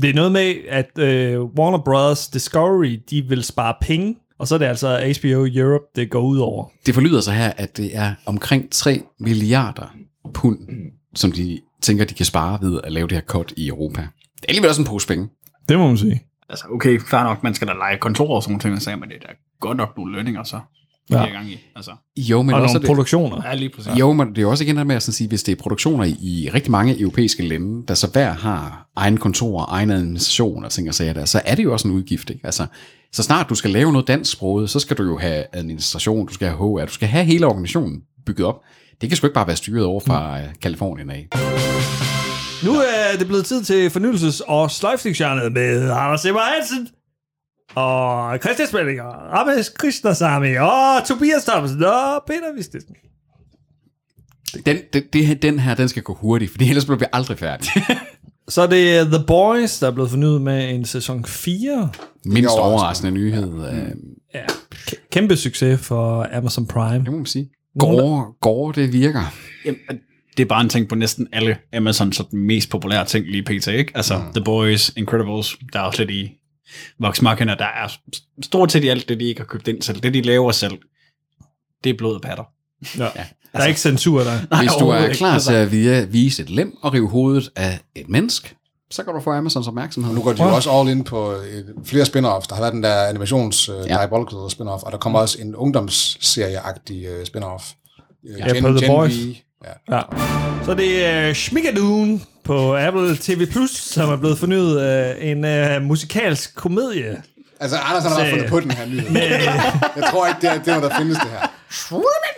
Speaker 1: Det er noget med, at øh, Warner Brothers Discovery, de vil spare penge, og så er det altså HBO Europe, det går ud over.
Speaker 2: Det forlyder så her, at det er omkring 3 milliarder pund, som de tænker, de kan spare ved at lave det her cut i Europa. Det er alligevel også en pose penge.
Speaker 1: Det må man sige.
Speaker 5: Altså, okay, fair nok, man skal da lege kontorer og sådan nogle ting, men så er man det er da godt nok nogle lønninger, så. Ja.
Speaker 1: Ja.
Speaker 5: Er gang i, altså.
Speaker 2: Jo, men
Speaker 1: Og
Speaker 2: også er
Speaker 1: nogle
Speaker 2: det,
Speaker 1: produktioner.
Speaker 5: Ja, lige præcis.
Speaker 2: Ja. Jo, men det er jo også igen det med at sådan sige, hvis det er produktioner i rigtig mange europæiske lande, der så hver har egen kontor, egen administration og ting og sager der, så er det jo også en udgift. Ikke? Altså, så snart du skal lave noget dansk sproget, så skal du jo have administration, du skal have HR, du skal have hele organisationen bygget op. det kan sgu ikke bare være styret over fra øh, Kalifornien af.
Speaker 1: Nu er det blevet tid til fornyelses- og sløjfningsjørnet med Anders Simmer Hansen og Christian Spellinger, Rames Krishnasamy og Tobias Thomsen og Peter Vistesen.
Speaker 2: Den, den, det her- den her, den skal gå hurtigt, for ellers bliver vi aldrig færdige.
Speaker 1: Så er det øh, The Boys, der er blevet fornyet med en sæson 4.
Speaker 2: Mindst
Speaker 4: overraskende.
Speaker 2: overraskende nyhed, øh,
Speaker 1: Ja. K- kæmpe succes for Amazon Prime.
Speaker 2: det må man sige.
Speaker 1: Nogen-
Speaker 2: Går, går det virker.
Speaker 5: Jamen, det er bare en ting på næsten alle Amazon, så den mest populære ting lige pt. Ikke? Altså mm. The Boys, Incredibles, der er også lidt i voksmarken, og der er s- stort set i alt det, de ikke har købt ind selv. Det, de laver selv, det er blod og patter.
Speaker 1: Ja. Der er ikke censur der.
Speaker 2: Hvis du
Speaker 5: overhovedet
Speaker 2: er
Speaker 5: ikke.
Speaker 2: klar
Speaker 5: Altså-
Speaker 2: til at via- vise et lem og rive hovedet af et menneske, så kan du få Amazons opmærksomhed.
Speaker 4: Nu går de jo også all in på øh, flere spin-offs. Der har været den der animations øh,
Speaker 2: Ja.
Speaker 4: diabolical spin-off, og der kommer også en ungdomsserie-agtig øh, spin-off. Øh,
Speaker 1: Ja, på The Boys.
Speaker 4: Ja.
Speaker 1: Ja. Så det er Schmigadoon på Apple TV+, Plus, som er blevet fornyet øh, en øh, musikalsk komedie.
Speaker 4: Altså, Anders han har
Speaker 1: Så-
Speaker 4: også fundet på den her nyhed. jeg tror ikke, det er det, er, der findes det her.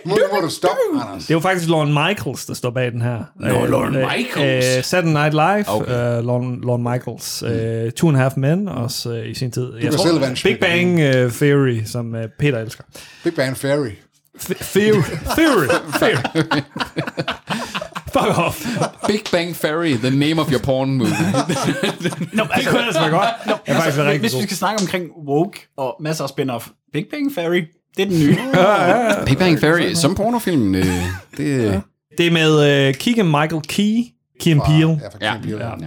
Speaker 4: Nu må du stoppe, Anders.
Speaker 1: Det er jo faktisk Lorne Michaels, der står bag den her. Nå,
Speaker 2: Lorne Michaels.
Speaker 1: Øh, Saturday Night Live,
Speaker 2: Okay.
Speaker 1: okay. øh, Lorne, Lorne Michaels. Øh, Two and a Half Men, også øh, i sin tid. Du jeg
Speaker 4: kan selv være en
Speaker 1: Big Bang øh, Theory, som øh, Peter elsker.
Speaker 4: Big Bang Fairy.
Speaker 1: F- theory. Theory. Theory. Fuck off.
Speaker 2: Big Bang Theory, the name of your porn movie.
Speaker 1: No, det kunne ellers være godt. Jeg er faktisk
Speaker 5: Altså,
Speaker 1: været rigtig
Speaker 5: hvis vi
Speaker 1: god.
Speaker 5: skal snakke omkring woke og masser af spin-off, Big Bang Theory, det er den nye.
Speaker 2: [laughs] Big Bang Theory, som pornofilm. Øh, det, ja.
Speaker 1: Det er med øh, Keegan Michael Key, Kim Peele.
Speaker 4: Ja, for
Speaker 2: Ja.
Speaker 4: eksempel.
Speaker 2: Ja. Ja.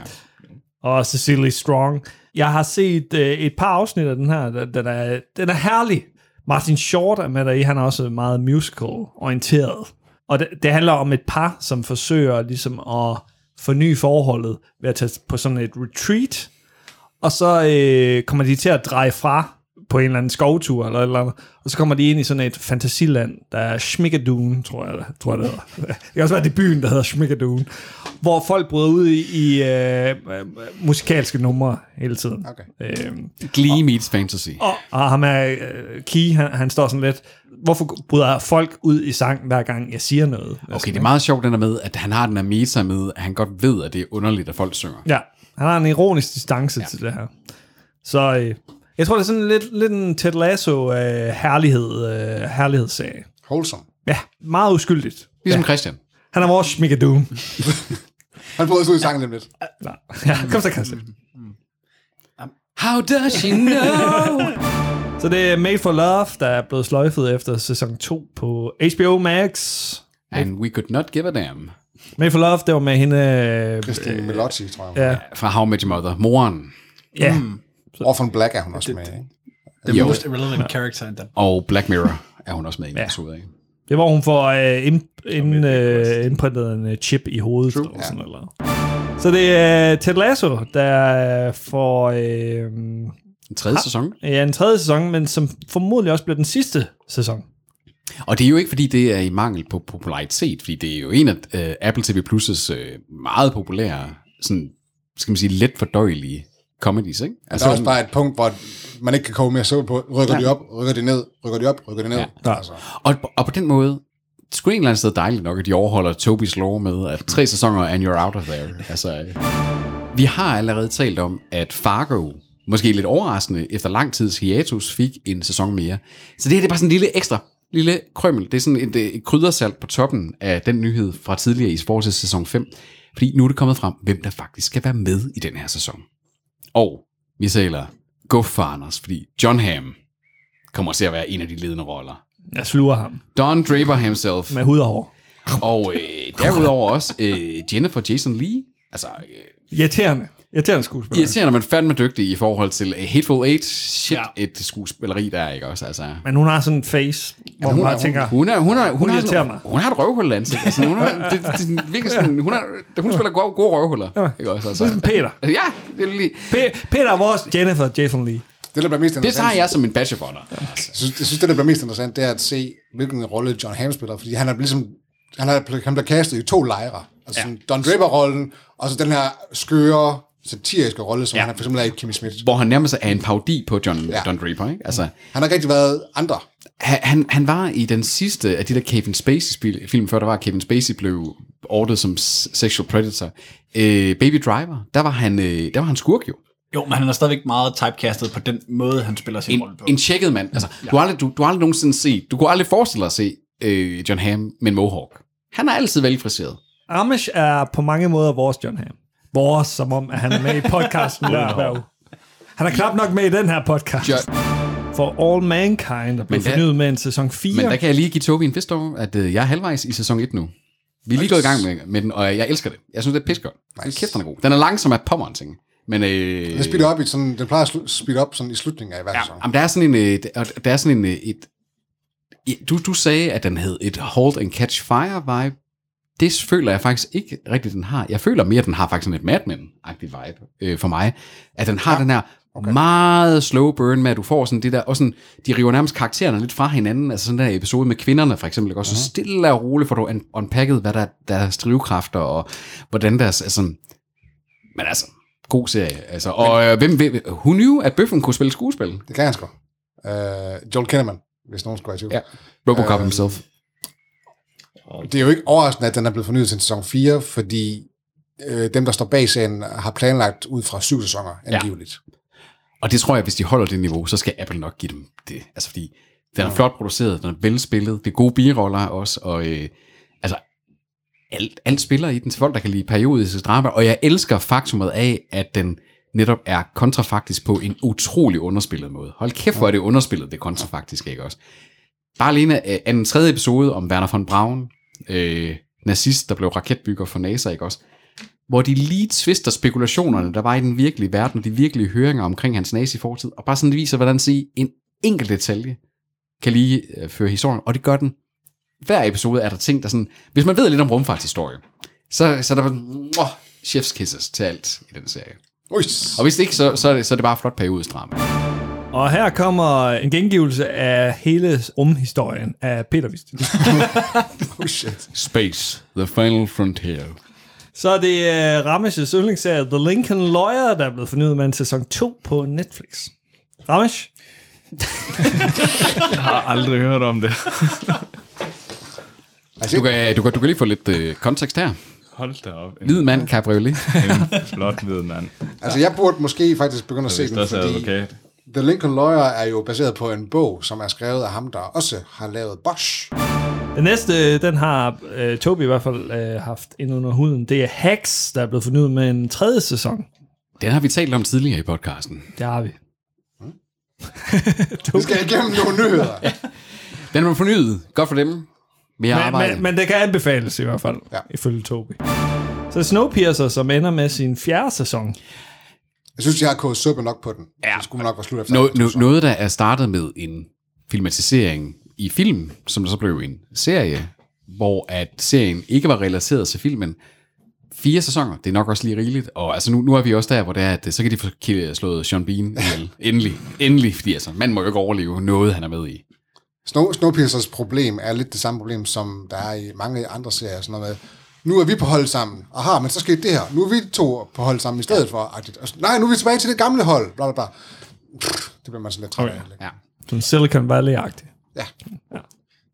Speaker 1: og Cecily Strong. Jeg har set øh, et par afsnit af den her, den- den er, den er herlig. Martin Short er med deri, han er også meget musical-orienteret. Og det, det handler om et par, som forsøger ligesom at forny forholdet ved at tage på sådan et retreat, og så øh, kommer de til at dreje fra på en eller anden skovtur eller et eller andet, og så kommer de ind i sådan et fantasiland, der er Schmigadoon, tror jeg, tror jeg det hedder. [laughs] Det kan også være, det er byen, der hedder Schmigadoon, hvor folk bryder ud i, i øh, øh, musikalske numre hele tiden.
Speaker 4: Okay.
Speaker 1: Øhm,
Speaker 2: Glee meets fantasy.
Speaker 1: og, og ham er øh, Key, han, han står sådan lidt, hvorfor bryder folk ud i sang, hver gang jeg siger noget?
Speaker 2: Okay, det er meget sjovt, den der med, at han har den her meta med, at han godt ved, at det er underligt, at folk synger.
Speaker 1: Ja, han har en ironisk distance ja. til det her. Så øh, jeg tror, det er sådan lidt, lidt en Ted Lasso øh, herlighed, øh, herlighedsserie.
Speaker 4: Wholesome.
Speaker 1: Ja, meget uskyldigt.
Speaker 2: Ligesom Christian.
Speaker 1: Han er vores Schmigadoon.
Speaker 4: Han prøver også ud i sangen lidt lidt.
Speaker 1: Nej, ja, [laughs] kom så, Christian.
Speaker 2: How does she know?
Speaker 1: Så det er Made for Love, der er blevet sløjfet efter sæson 2 på HBO Max.
Speaker 2: And we could not give a damn.
Speaker 1: Made for Love, det var med hende... Øh,
Speaker 4: Christine øh, Melotti, tror jeg.
Speaker 1: ja,
Speaker 2: Fra How I Met Your Mother. Moren
Speaker 1: ja.
Speaker 4: Orphan Black er hun også med. Ikke?
Speaker 5: The
Speaker 2: Jo.
Speaker 5: most [laughs] irrelevant character in that.
Speaker 2: og Black Mirror er hun også med i en
Speaker 1: Ja.
Speaker 2: episode af.
Speaker 1: Det var, hun får øh, ind, ind, øh, indprintet en øh, chip i hovedet. True, eller sådan ja. eller. andet. Så det er øh, Ted Lasso, der øh, får øh,
Speaker 2: En tredje sæson.
Speaker 1: ja, en tredje sæson, men som formodentlig også bliver den sidste sæson.
Speaker 2: Og det er jo ikke, fordi det er i mangel på popularitet, fordi det er jo en af øh, Apple TV Plus' øh, meget populære, sådan, skal man sige, let fordøjelige comedies, ikke?
Speaker 4: Der
Speaker 2: Altså,
Speaker 4: er også bare et punkt, hvor man ikke kan komme mere sol på. Rykker ja. de op, rykker de ned, rykker de op, rykker de ned.
Speaker 1: Ja.
Speaker 4: Ja. Altså,
Speaker 2: og, og på den måde, det er sgu en eller anden sted dejligt nok, at de overholder Tobis lov med, at tre sæsoner, and you're out of there. Altså, øh, vi har allerede talt om, at Fargo, måske lidt overraskende, efter lang tids hiatus, fik en sæson mere. Så det her det er bare sådan en lille ekstra, lille krømmel. Det er sådan et, øh, et kryddersalt på toppen af den nyhed fra tidligere i forhold til sæson 5. Fordi nu er det kommet frem, hvem der faktisk skal være med i den her sæson. Og vi sælger guf for Anders, fordi John Hamm kommer til at være en af de ledende roller.
Speaker 1: Jeg sluger ham
Speaker 2: Don Draper himself,
Speaker 1: med hud og hår.
Speaker 2: og øh, derudover også øh, Jennifer Jason Lee. Altså, øh,
Speaker 1: Irriterende. Irriterende skuespiller.
Speaker 2: irriterende, men fandme dygtig i forhold til uh, Hateful Eight. Shit,
Speaker 1: Ja.
Speaker 2: ja. et skuespilleri der, ikke også? Altså,
Speaker 1: Men hun har sådan en face, hvor hun,
Speaker 4: hun
Speaker 1: bare
Speaker 4: er- hun-
Speaker 1: tænker...
Speaker 2: hun, er, hun, er, hun, har,
Speaker 1: irriterer
Speaker 2: sådan-
Speaker 1: mig.
Speaker 2: hun har et røvhul i ansigtet. Altså, hun, er, det, det, det, virker sådan, hun, er, hun spiller gode, gode røvhuller, ikke også? Altså,
Speaker 1: Ligesom Peter.
Speaker 2: ja, det, er lige,
Speaker 1: Pe- Peter er vores Jennifer Jason Lee.
Speaker 4: det, der bliver mest
Speaker 2: det
Speaker 4: interessant,
Speaker 2: tager jeg som en bachelor for dig.
Speaker 4: jeg synes, jeg synes, det, der bliver mest interessant, det er at se, hvilken rolle John Hamm spiller, fordi han er ligesom, han, er, han bliver castet i to lejre. Altså ja. Don Draper-rollen, og så den her skøre satiriske rolle, som ja. han er for eksempel er i Kimmy Schmidt.
Speaker 2: Hvor han nærmest er en parodi på John,
Speaker 4: Ja.
Speaker 2: ja. Don Draper, ikke? Altså,
Speaker 4: Han har ikke rigtig været andre.
Speaker 2: han, han- han var i den sidste af de der Kevin Spacey-film, før der var, at Kevin Spacey blev ordet som s- sexual predator. Øh, Baby Driver, der var han, øh, der var han skurk jo.
Speaker 5: Jo, men han er stadigvæk meget typecastet på den måde, han spiller sin
Speaker 2: En,
Speaker 5: rolle på.
Speaker 2: en tjekket mand. Altså, du, har aldrig, du, du har aldrig nogensinde set, du kunne aldrig forestille dig at se øh, John Hamm med en mohawk. Han er altid velfriseret.
Speaker 1: Amish er på mange måder vores John Hamm. Vores, som om at han er med i podcasten hver, hver uge. Han er knap nok med i den her podcast.
Speaker 2: Jo-
Speaker 1: For All Mankind er blevet
Speaker 2: der-
Speaker 1: fornyet med en sæson 4.
Speaker 2: Men der kan jeg lige give Tobi en fist over, at øh, jeg er halvvejs i sæson 1 nu. Vi er lige gået i gang med, med den, og jeg elsker det. Jeg synes, det er pissegodt. Nice. Kæft, den er god. Den er langsom af pommeren, ting. Men øh,
Speaker 4: Den speeder op i sådan, den plejer at slu- speede op sådan i slutningen af hver ja. sæson.
Speaker 2: Jamen, der er sådan en, øh, der- og der er sådan en, øh, et, i- du, du sagde, at den hed et hold and catch fire vibe. Det føler jeg faktisk ikke rigtigt, den har. Jeg føler mere, at den har faktisk sådan et Mad Men-agtigt vibe øh, for mig. At den har ja. den her okay. meget slow burn med, at du får sådan det der, og sådan, de river nærmest karaktererne lidt fra hinanden. Altså sådan der episode med kvinderne for eksempel. ikke Også så stille og roligt får du un- unpacket, hvad der, der er drivkræfter, og hvordan deres, altså, men altså, god serie. Altså, og øh, hvem, hvem, hun knew, at bøffen kunne spille skuespil.
Speaker 4: Det kan han sgu. Uh, Joel Kinnaman, hvis nogen skulle være i tvivl.
Speaker 2: Ja. Robocop øh, himself.
Speaker 4: Det er jo ikke overraskende, at den er blevet fornyet til sæson 4, fordi øh, dem, der står bag serien, har planlagt ud fra syv sæsoner, angiveligt. Ja.
Speaker 2: Og det tror jeg, hvis de holder det niveau, så skal Apple nok give dem det. Altså fordi, den er flot produceret, den er velspillet, det er gode biroller også, og øh, altså, alt, alt spiller i den til folk, der kan lide periodiske drama, og jeg elsker faktumet af, at den netop er kontrafaktisk på en utrolig underspillet måde. Hold kæft, hvor er det underspillet, det kontrafaktisk, ikke også? Bare alene øh, af den tredje episode om Werner von Braun, øh, nazist, der blev raketbygger for NASA, ikke også? hvor de lige tvister spekulationerne, der var i den virkelige verden, og de virkelige høringer omkring hans nazi-fortid, og bare sådan viser, hvordan sige, en enkelt detalje kan lige øh, føre historien, og det gør den. Hver episode er der ting, der sådan, hvis man ved lidt om rumfartshistorie, så, så er der mwah, chef's kisses til alt i den serie. Og hvis ikke, så, så, er, det, så er det bare flot periodisk drama.
Speaker 1: Og her kommer en gengivelse af hele rumhistorien af Peter Vist.
Speaker 4: Oh shit.
Speaker 2: Space, the final frontier.
Speaker 1: Så er det uh, Ramesh' yndlingsserie The Lincoln Lawyer, der er blevet fornyet med en sæson 2 på Netflix. Ramesh?
Speaker 3: Jeg har aldrig hørt om det.
Speaker 2: Du kan, du, kan, du kan lige få lidt øh, kontekst her.
Speaker 3: Hold da op. En,
Speaker 2: Hvid mand, cabriolet.
Speaker 3: en flot hvid mand.
Speaker 4: Altså, jeg burde måske faktisk begynde at se
Speaker 3: Hvis
Speaker 4: den,
Speaker 3: der også er
Speaker 4: fordi
Speaker 3: advokat.
Speaker 4: The Lincoln Lawyer er jo baseret på en bog, som er skrevet af ham, der også har lavet Bosch.
Speaker 1: Den næste, den har uh, Tobi i hvert fald uh, haft ind under huden. Det er Hacks, der er blevet fornyet med en tredje sæson.
Speaker 2: Den har vi talt om tidligere i podcasten.
Speaker 1: Det har vi.
Speaker 4: Vi skal igennem nogle nyheder.
Speaker 2: Den var fornyet. Godt for dem. Mere
Speaker 1: Men,
Speaker 2: arbejde.
Speaker 1: men, men det kan anbefales i hvert fald, ja.
Speaker 4: Ja.
Speaker 1: ifølge Tobi. Så Snowpiercer, som ender med sin fjerde sæson.
Speaker 4: Jeg synes, jeg har kogt suppe nok på den. Ja. Det skulle nok være slut efter.
Speaker 2: Noget, no, noget, der er startet med en filmatisering i film, som der så blev en serie, hvor at serien ikke var relateret til filmen. Fire sæsoner, det er nok også lige rigeligt. Og altså nu, nu er vi også der, hvor det er, at øh, så kan de få ki- slået Sean Bean ihjel. Endelig. Endelig, fordi altså, man må jo ikke overleve noget, han er med i.
Speaker 4: Snow, Snowpiercers problem er lidt det samme problem, som der er i mange andre serier. Sådan noget med, nu er vi på hold sammen. Aha, men så skete det her. Nu er vi to på hold sammen i stedet for. agtigt. Og så, Nej, nu er vi tilbage til det gamle hold. Bla, bla, bla. Pff, det bliver man sådan lidt træt af.
Speaker 2: Ja.
Speaker 1: Som Silicon Valley-agtig.
Speaker 4: Ja.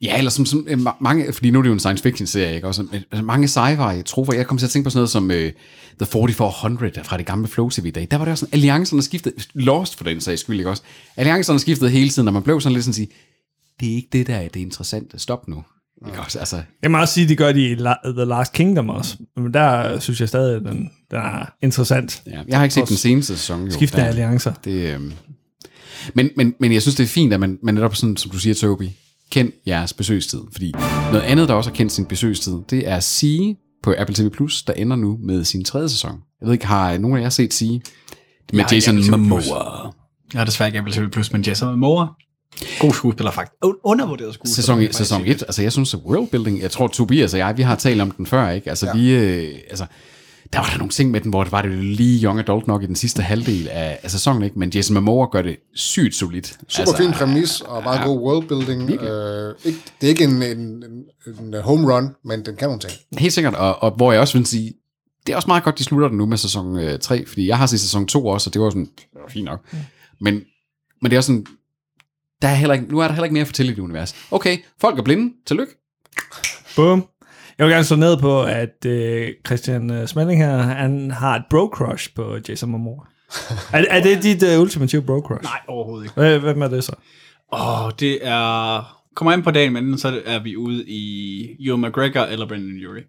Speaker 2: Ja, eller som, som øh, ma- mange, fordi nu er det jo en science fiction serie, ikke? Også, men, altså, mange sci-fi trofer. Jeg kom til at tænke på sådan noget som øh, The 4400 fra det gamle Flow TV dag. Der var det også sådan, alliancerne skiftede, lost for den sags skyld, ikke også? Alliancerne skiftede hele tiden, og man blev sådan lidt sådan at sige, det er ikke det, der er det interessante. Stop nu. Ikke også? Altså,
Speaker 1: Jeg må også sige, at de gør det i La- The Last Kingdom også. Men der synes jeg stadig, at den, den er interessant.
Speaker 2: ja. Jeg har ikke set den seneste sæson. Jo.
Speaker 1: Skiftende
Speaker 2: Der-
Speaker 1: alliancer.
Speaker 2: Det, øh... men, men, men jeg synes, det er fint, at man, man netop sådan, som du siger, Tobi, kend jeres besøgstid. Fordi noget andet, der også har kendt sin besøgstid, det er Sige på Apple TV+, Plus, der ender nu med sin tredje sæson. Jeg ved ikke, har nogen af jer set Sige? Med
Speaker 5: har
Speaker 2: Jason
Speaker 5: Apple TV+.
Speaker 2: Momoa.
Speaker 5: Jeg har desværre ikke Apple TV Plus, men Jason Momoa. God skuespiller, faktisk. Un- Undervurderet skuespiller.
Speaker 2: Sæson,
Speaker 5: faktisk.
Speaker 2: sæson 1, altså jeg synes, at worldbuilding, jeg tror, Tobias og jeg, vi har talt om den før, ikke? Altså ja. vi, øh, altså, der var der nogle ting med den, hvor det var det lige young adult nok i den sidste halvdel af, af sæsonen, ikke? Men Jason Momoa gør det sygt solidt.
Speaker 4: Super altså, fin præmis og meget god worldbuilding. Øh, ikke, det er ikke en, en, en, en home øh, run, men den kan nogle ting.
Speaker 2: Helt sikkert, og, og hvor jeg også vil sige, det er også meget godt, de slutter den nu med sæson øh, 3, fordi jeg har set sæson 2 også, og det var sådan, det var fint nok.
Speaker 5: Mm.
Speaker 2: Men, men det er også sådan, der er heller ikke, nu er der heller ikke mere at fortælle i det univers. Okay, folk er blinde, tillykke.
Speaker 1: Boom. Jeg vil gerne slå ned på, at øh, Christian øh, Smelling her, han har et bro-crush på Jason Momoa. er, er det dit øh, ultimative bro-crush?
Speaker 5: Nej, overhovedet ikke.
Speaker 1: Øh, Hvem er det så?
Speaker 5: Åh, oh, det er... Kommer ind på dagen, men enten så er vi ude i Joe McGregor eller Brendan Urie.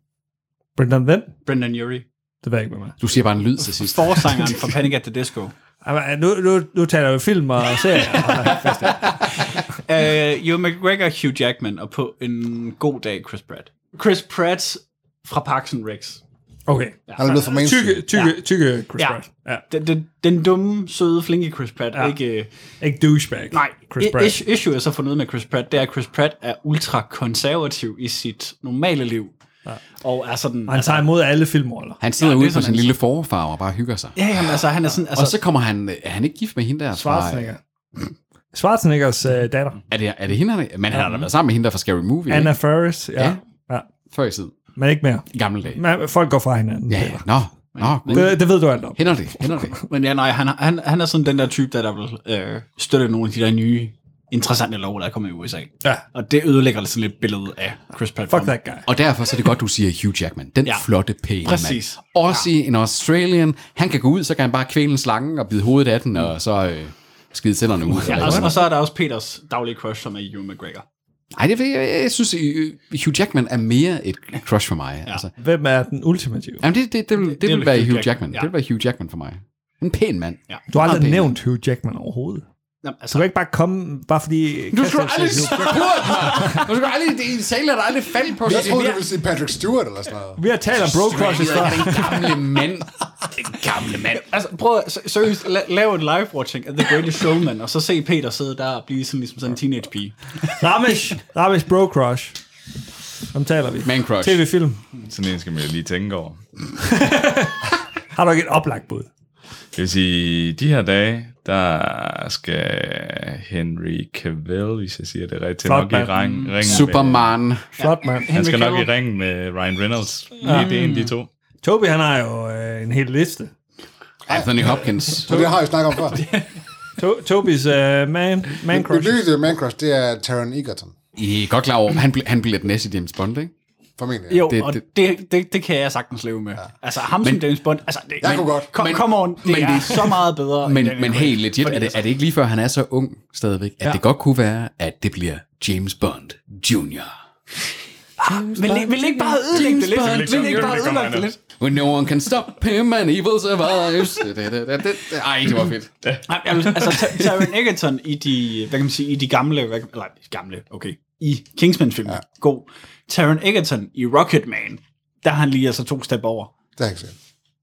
Speaker 1: Brendan hvem?
Speaker 5: Brendan Urie.
Speaker 1: Det ved jeg ikke, hvem er.
Speaker 2: Du siger bare en lyd til sidst.
Speaker 5: Forsangeren
Speaker 2: [laughs]
Speaker 5: fra Panic at the Disco.
Speaker 1: Jamen, Nu, nu, nu taler vi film [laughs] og serier.
Speaker 5: Uh, Joe McGregor, Hugh Jackman og på en god dag Chris Pratt. Chris Pratt fra Parks and Recs.
Speaker 1: Okay.
Speaker 4: Han er blevet for mainstream.
Speaker 1: Tykke, tykke, tykke Chris
Speaker 5: Ja.
Speaker 1: Pratt. Ja.
Speaker 5: Den, den, den dumme, søde, flinke Chris Pratt. Ja. Ikke, øh,
Speaker 1: Ikke douchebag.
Speaker 5: nej,
Speaker 1: Chris Pratt.
Speaker 5: Is- issue er så fundet med Chris Pratt, det er, at Chris Pratt er ultrakonservativ i sit normale liv. Ja. Og er sådan... altså,
Speaker 1: Og han tager imod alle filmroller.
Speaker 2: Han sidder
Speaker 5: Ja,
Speaker 2: ja,
Speaker 5: det er
Speaker 2: ude på
Speaker 5: sådan
Speaker 2: sin
Speaker 5: en-
Speaker 2: lille forfar og bare hygger sig.
Speaker 5: Ja, jamen, altså, han er sådan... Altså,
Speaker 2: Og så kommer han, øh, er han ikke gift med hende der? Fra,
Speaker 1: Schwarzenegger. Schwarzeneggers øh, datter.
Speaker 2: er, det, er det hende, han er- Men han har da været sammen med hende der fra Scary Movie,
Speaker 1: Anna
Speaker 2: ikke?
Speaker 1: Faris. Ja.
Speaker 2: Ja.
Speaker 1: ja.
Speaker 2: Før i tiden.
Speaker 1: Men ikke mere.
Speaker 2: I gamle dage.
Speaker 1: Men folk går fra hinanden.
Speaker 2: Ja, ja. Nå, nå, gud.
Speaker 1: Det, det ved du alt om.
Speaker 2: Hænder det, hænder det.
Speaker 5: Men ja, nej, han, han, han er sådan den der type, der, der vil øh, støtte nogle af de der nye, interessante love, der er kommet i USA.
Speaker 1: Ja.
Speaker 5: Og det ødelægger sådan lidt billedet af Chris Pratt. for
Speaker 1: Fuck
Speaker 5: mig.
Speaker 1: that guy.
Speaker 2: Og derfor så er det godt, du siger Hugh Jackman. Den
Speaker 5: Ja.
Speaker 2: ja. flotte, pæne
Speaker 5: Præcis.
Speaker 2: mand. Også ja. en Australian. Han kan gå ud, så kan han bare kvæle en slange og bide hovedet af den, og så øh, skide tænderne ud.
Speaker 5: Ja,
Speaker 2: eller
Speaker 5: altså, og,
Speaker 2: sådan
Speaker 5: og så er der også Peters daglige crush, som er Hugh McGregor.
Speaker 2: noget. Ej, det ved jeg, jeg synes, øh, Hugh Jackman er mere et crush for mig. Ja. Altså.
Speaker 1: Hvem er den ultimative?
Speaker 2: Jamen, det, det, det, vil, det,
Speaker 5: det
Speaker 2: det
Speaker 5: vil
Speaker 2: vil være
Speaker 5: Hugh
Speaker 2: Hugh
Speaker 5: Jackman,
Speaker 2: Jackman.
Speaker 5: ja.
Speaker 2: Det vil være Hugh Jackman for mig. En pæn mand.
Speaker 5: Ja.
Speaker 1: Du har
Speaker 2: Meget
Speaker 1: aldrig
Speaker 2: pæn
Speaker 1: nævnt Hugh Jackman overhovedet.
Speaker 5: Jamen,
Speaker 1: Så
Speaker 5: altså,
Speaker 1: du kan ikke bare komme, bare fordi...
Speaker 2: Du
Speaker 1: Christian
Speaker 2: skulle aldrig
Speaker 1: siger,
Speaker 2: spurgt mig. Du skulle aldrig, det er en sælger, der aldrig faldt på
Speaker 4: Jeg
Speaker 2: sig.
Speaker 4: troede, du ville sige Patrick Stewart eller sådan noget.
Speaker 1: "Nu- Vi har talt om bro crushes før.
Speaker 2: Den gamle mand. Den gamle mand.
Speaker 5: altså prøv at, se- seriøst, la- lave et live-watching af The Greatest Showman, og så se Peter sidde der og blive sådan, ligesom sådan en teenage-pige.
Speaker 1: Ramesh, Ramesh bro crush. Hvem taler vi?
Speaker 2: Man crush.
Speaker 1: TV-film.
Speaker 3: Sådan en skal man jo lige tænke over.
Speaker 1: Har du ikke et oplagt bud?
Speaker 3: Det vil sige, de her dage, der skal Henry Cavill, hvis jeg siger det rigtigt,
Speaker 1: Flot
Speaker 3: nok i
Speaker 1: mand.
Speaker 3: ring, ringen
Speaker 2: Superman.
Speaker 1: Flot, mand.
Speaker 3: Med, han skal
Speaker 5: Henry
Speaker 3: nok i
Speaker 5: Cavill.
Speaker 3: ringen med Ryan Reynolds. Ja. Lige det ene, de to.
Speaker 1: Toby, han har jo øh, en hel liste.
Speaker 2: Anthony Hopkins.
Speaker 4: Så det har jeg snakket om før.
Speaker 1: To- Tobys øh, man, man
Speaker 4: Det
Speaker 1: crush.
Speaker 4: nyeste Man Crush, det er Taron Egerton.
Speaker 2: I er godt klar over, han, ble, han bliver den næste James Bond, ikke?
Speaker 4: Formentlig.
Speaker 5: Jo, det,
Speaker 2: Det-
Speaker 5: og det,
Speaker 2: det-
Speaker 5: det, det, kan jeg sagtens leve med. Ja. Altså ham som James Bond, altså det,
Speaker 4: Jeg kunne godt,
Speaker 5: Kom,
Speaker 2: men-
Speaker 5: come on, det
Speaker 2: men
Speaker 5: er
Speaker 2: det-
Speaker 5: så meget bedre. end
Speaker 2: Men,
Speaker 5: Daniel
Speaker 2: men
Speaker 5: Craig.
Speaker 2: helt legit,
Speaker 5: Fordi
Speaker 2: er det, er det ikke lige før, han er så ung stadigvæk, at altså- ja. det godt kunne være, at det bliver James Bond Jr.
Speaker 5: Vil, det- vil det ikke bare ødelægge det lidt?
Speaker 2: Bond,
Speaker 5: Vil det ikke bare
Speaker 3: James Bond.
Speaker 5: ødelægge det lidt?
Speaker 2: When no one can stop him and evil survives. [laughs] Det- det- det- det- det- Ej, det var fedt.
Speaker 5: Nej, jeg vil- altså, Ta- Taron Egerton i de, hvad kan man sige, i de gamle, hvad, kan- eller gamle, okay, i Kingsman-filmen, ja. god. Taron Egerton i Rocketman, der er han lige altså to step over.
Speaker 4: Det har jeg ikke set.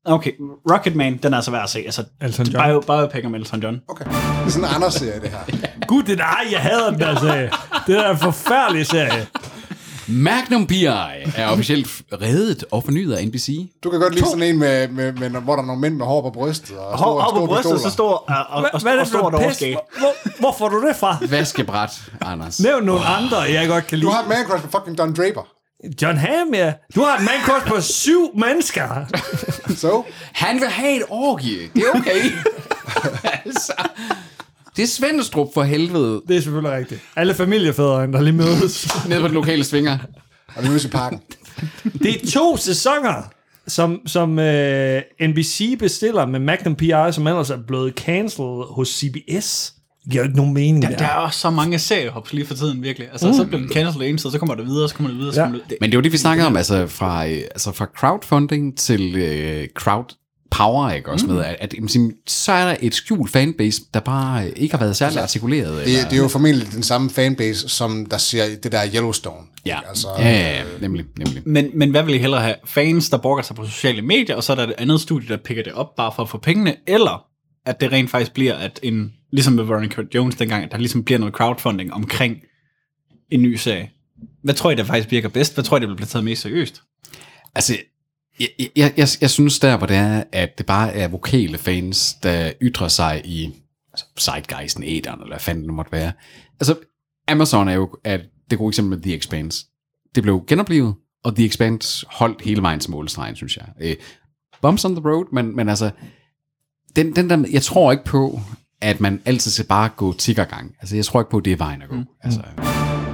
Speaker 5: Okay, Rocketman, den er altså værd at se. Altså,
Speaker 1: Elton John.
Speaker 5: Bio, biopic om Elton John.
Speaker 4: Okay. Det er sådan en anden serie, det her.
Speaker 1: Gud, det der, ej, jeg hader den der serie. Det der er en forfærdelig serie.
Speaker 2: Magnum P.I. er officielt reddet og fornyet af NBC.
Speaker 4: Du kan godt lide sådan en, med, med, med, hvor der er nogle mænd med hår på brystet. Og
Speaker 5: Hår, hår på
Speaker 4: store
Speaker 5: brystet,
Speaker 4: pistoler.
Speaker 5: så stor og, og, og,
Speaker 1: Hvad er
Speaker 5: og
Speaker 1: det for
Speaker 5: stort
Speaker 1: en pis?
Speaker 5: overskæg.
Speaker 1: Hvor, hvor får du det fra?
Speaker 2: Vaskebræt, Anders.
Speaker 1: Nævn nogle andre, jeg godt kan
Speaker 4: Du
Speaker 1: lide.
Speaker 4: har et Man Crush med fucking Don Draper.
Speaker 1: John Hamm, ja. Du har et man crush på syv mennesker.
Speaker 4: So,
Speaker 2: Han vil have et orgie. Det er [laughs] okay. altså, det er Svendestrup for helvede.
Speaker 1: Det er selvfølgelig rigtigt. Alle familiefædrene, der lige mødes.
Speaker 2: Nede på den lokale svinger.
Speaker 4: og vi mødes i parken.
Speaker 1: Det er to sæsoner, som, som øh, NBC bestiller med Magnum P.I., som ellers er blevet cancelled hos CBS. Det giver jo ikke nogen mening.
Speaker 5: Der er også så mange seriehops lige for tiden, virkelig. Altså, så bliver den cancelled en side, så kommer der videre, så kommer der videre, så
Speaker 1: Mm. Ja.
Speaker 5: kommer der videre.
Speaker 2: Men det er jo det, vi snakker om, altså fra, øh, altså fra crowdfunding til øh, crowd power, ikke også med, at, at, at så er der et skjult fanbase, der bare øh, ikke har været særlig artikuleret. Eller,
Speaker 4: Det, det er jo formentlig den samme fanbase, som der ser det der Yellowstone.
Speaker 2: ja.
Speaker 4: Altså,
Speaker 2: ja, ja, ja, nemlig, nemlig.
Speaker 5: Men, men hvad vil I hellere have? Fans, der brokker sig på sociale medier, og så er der et andet studie, der picker det op bare for at få pengene, eller at det rent faktisk bliver, at en, ligesom med Veronica Jones dengang, at der ligesom bliver noget crowdfunding omkring en ny serie. Hvad tror I, der faktisk virker bedst? Hvad tror I, der bliver taget mest seriøst?
Speaker 2: Altså, jeg, jeg, jeg, jeg synes der, hvor det er, at det bare er vokale fans, der ytrer sig i altså, Zeitgeisten, æderen, eller hvad fanden det måtte være. Altså, Amazon er jo er det gode eksempel med The Expanse. Det blev genoplevet, og The Expanse holdt hele vejen til målestregen, synes jeg. Øh, bumps on the road, men, men altså, den, den der, jeg tror ikke på, at man altid skal bare gå tiggergang. Altså, jeg tror ikke på, at det er vejen at gå. Mm. Altså,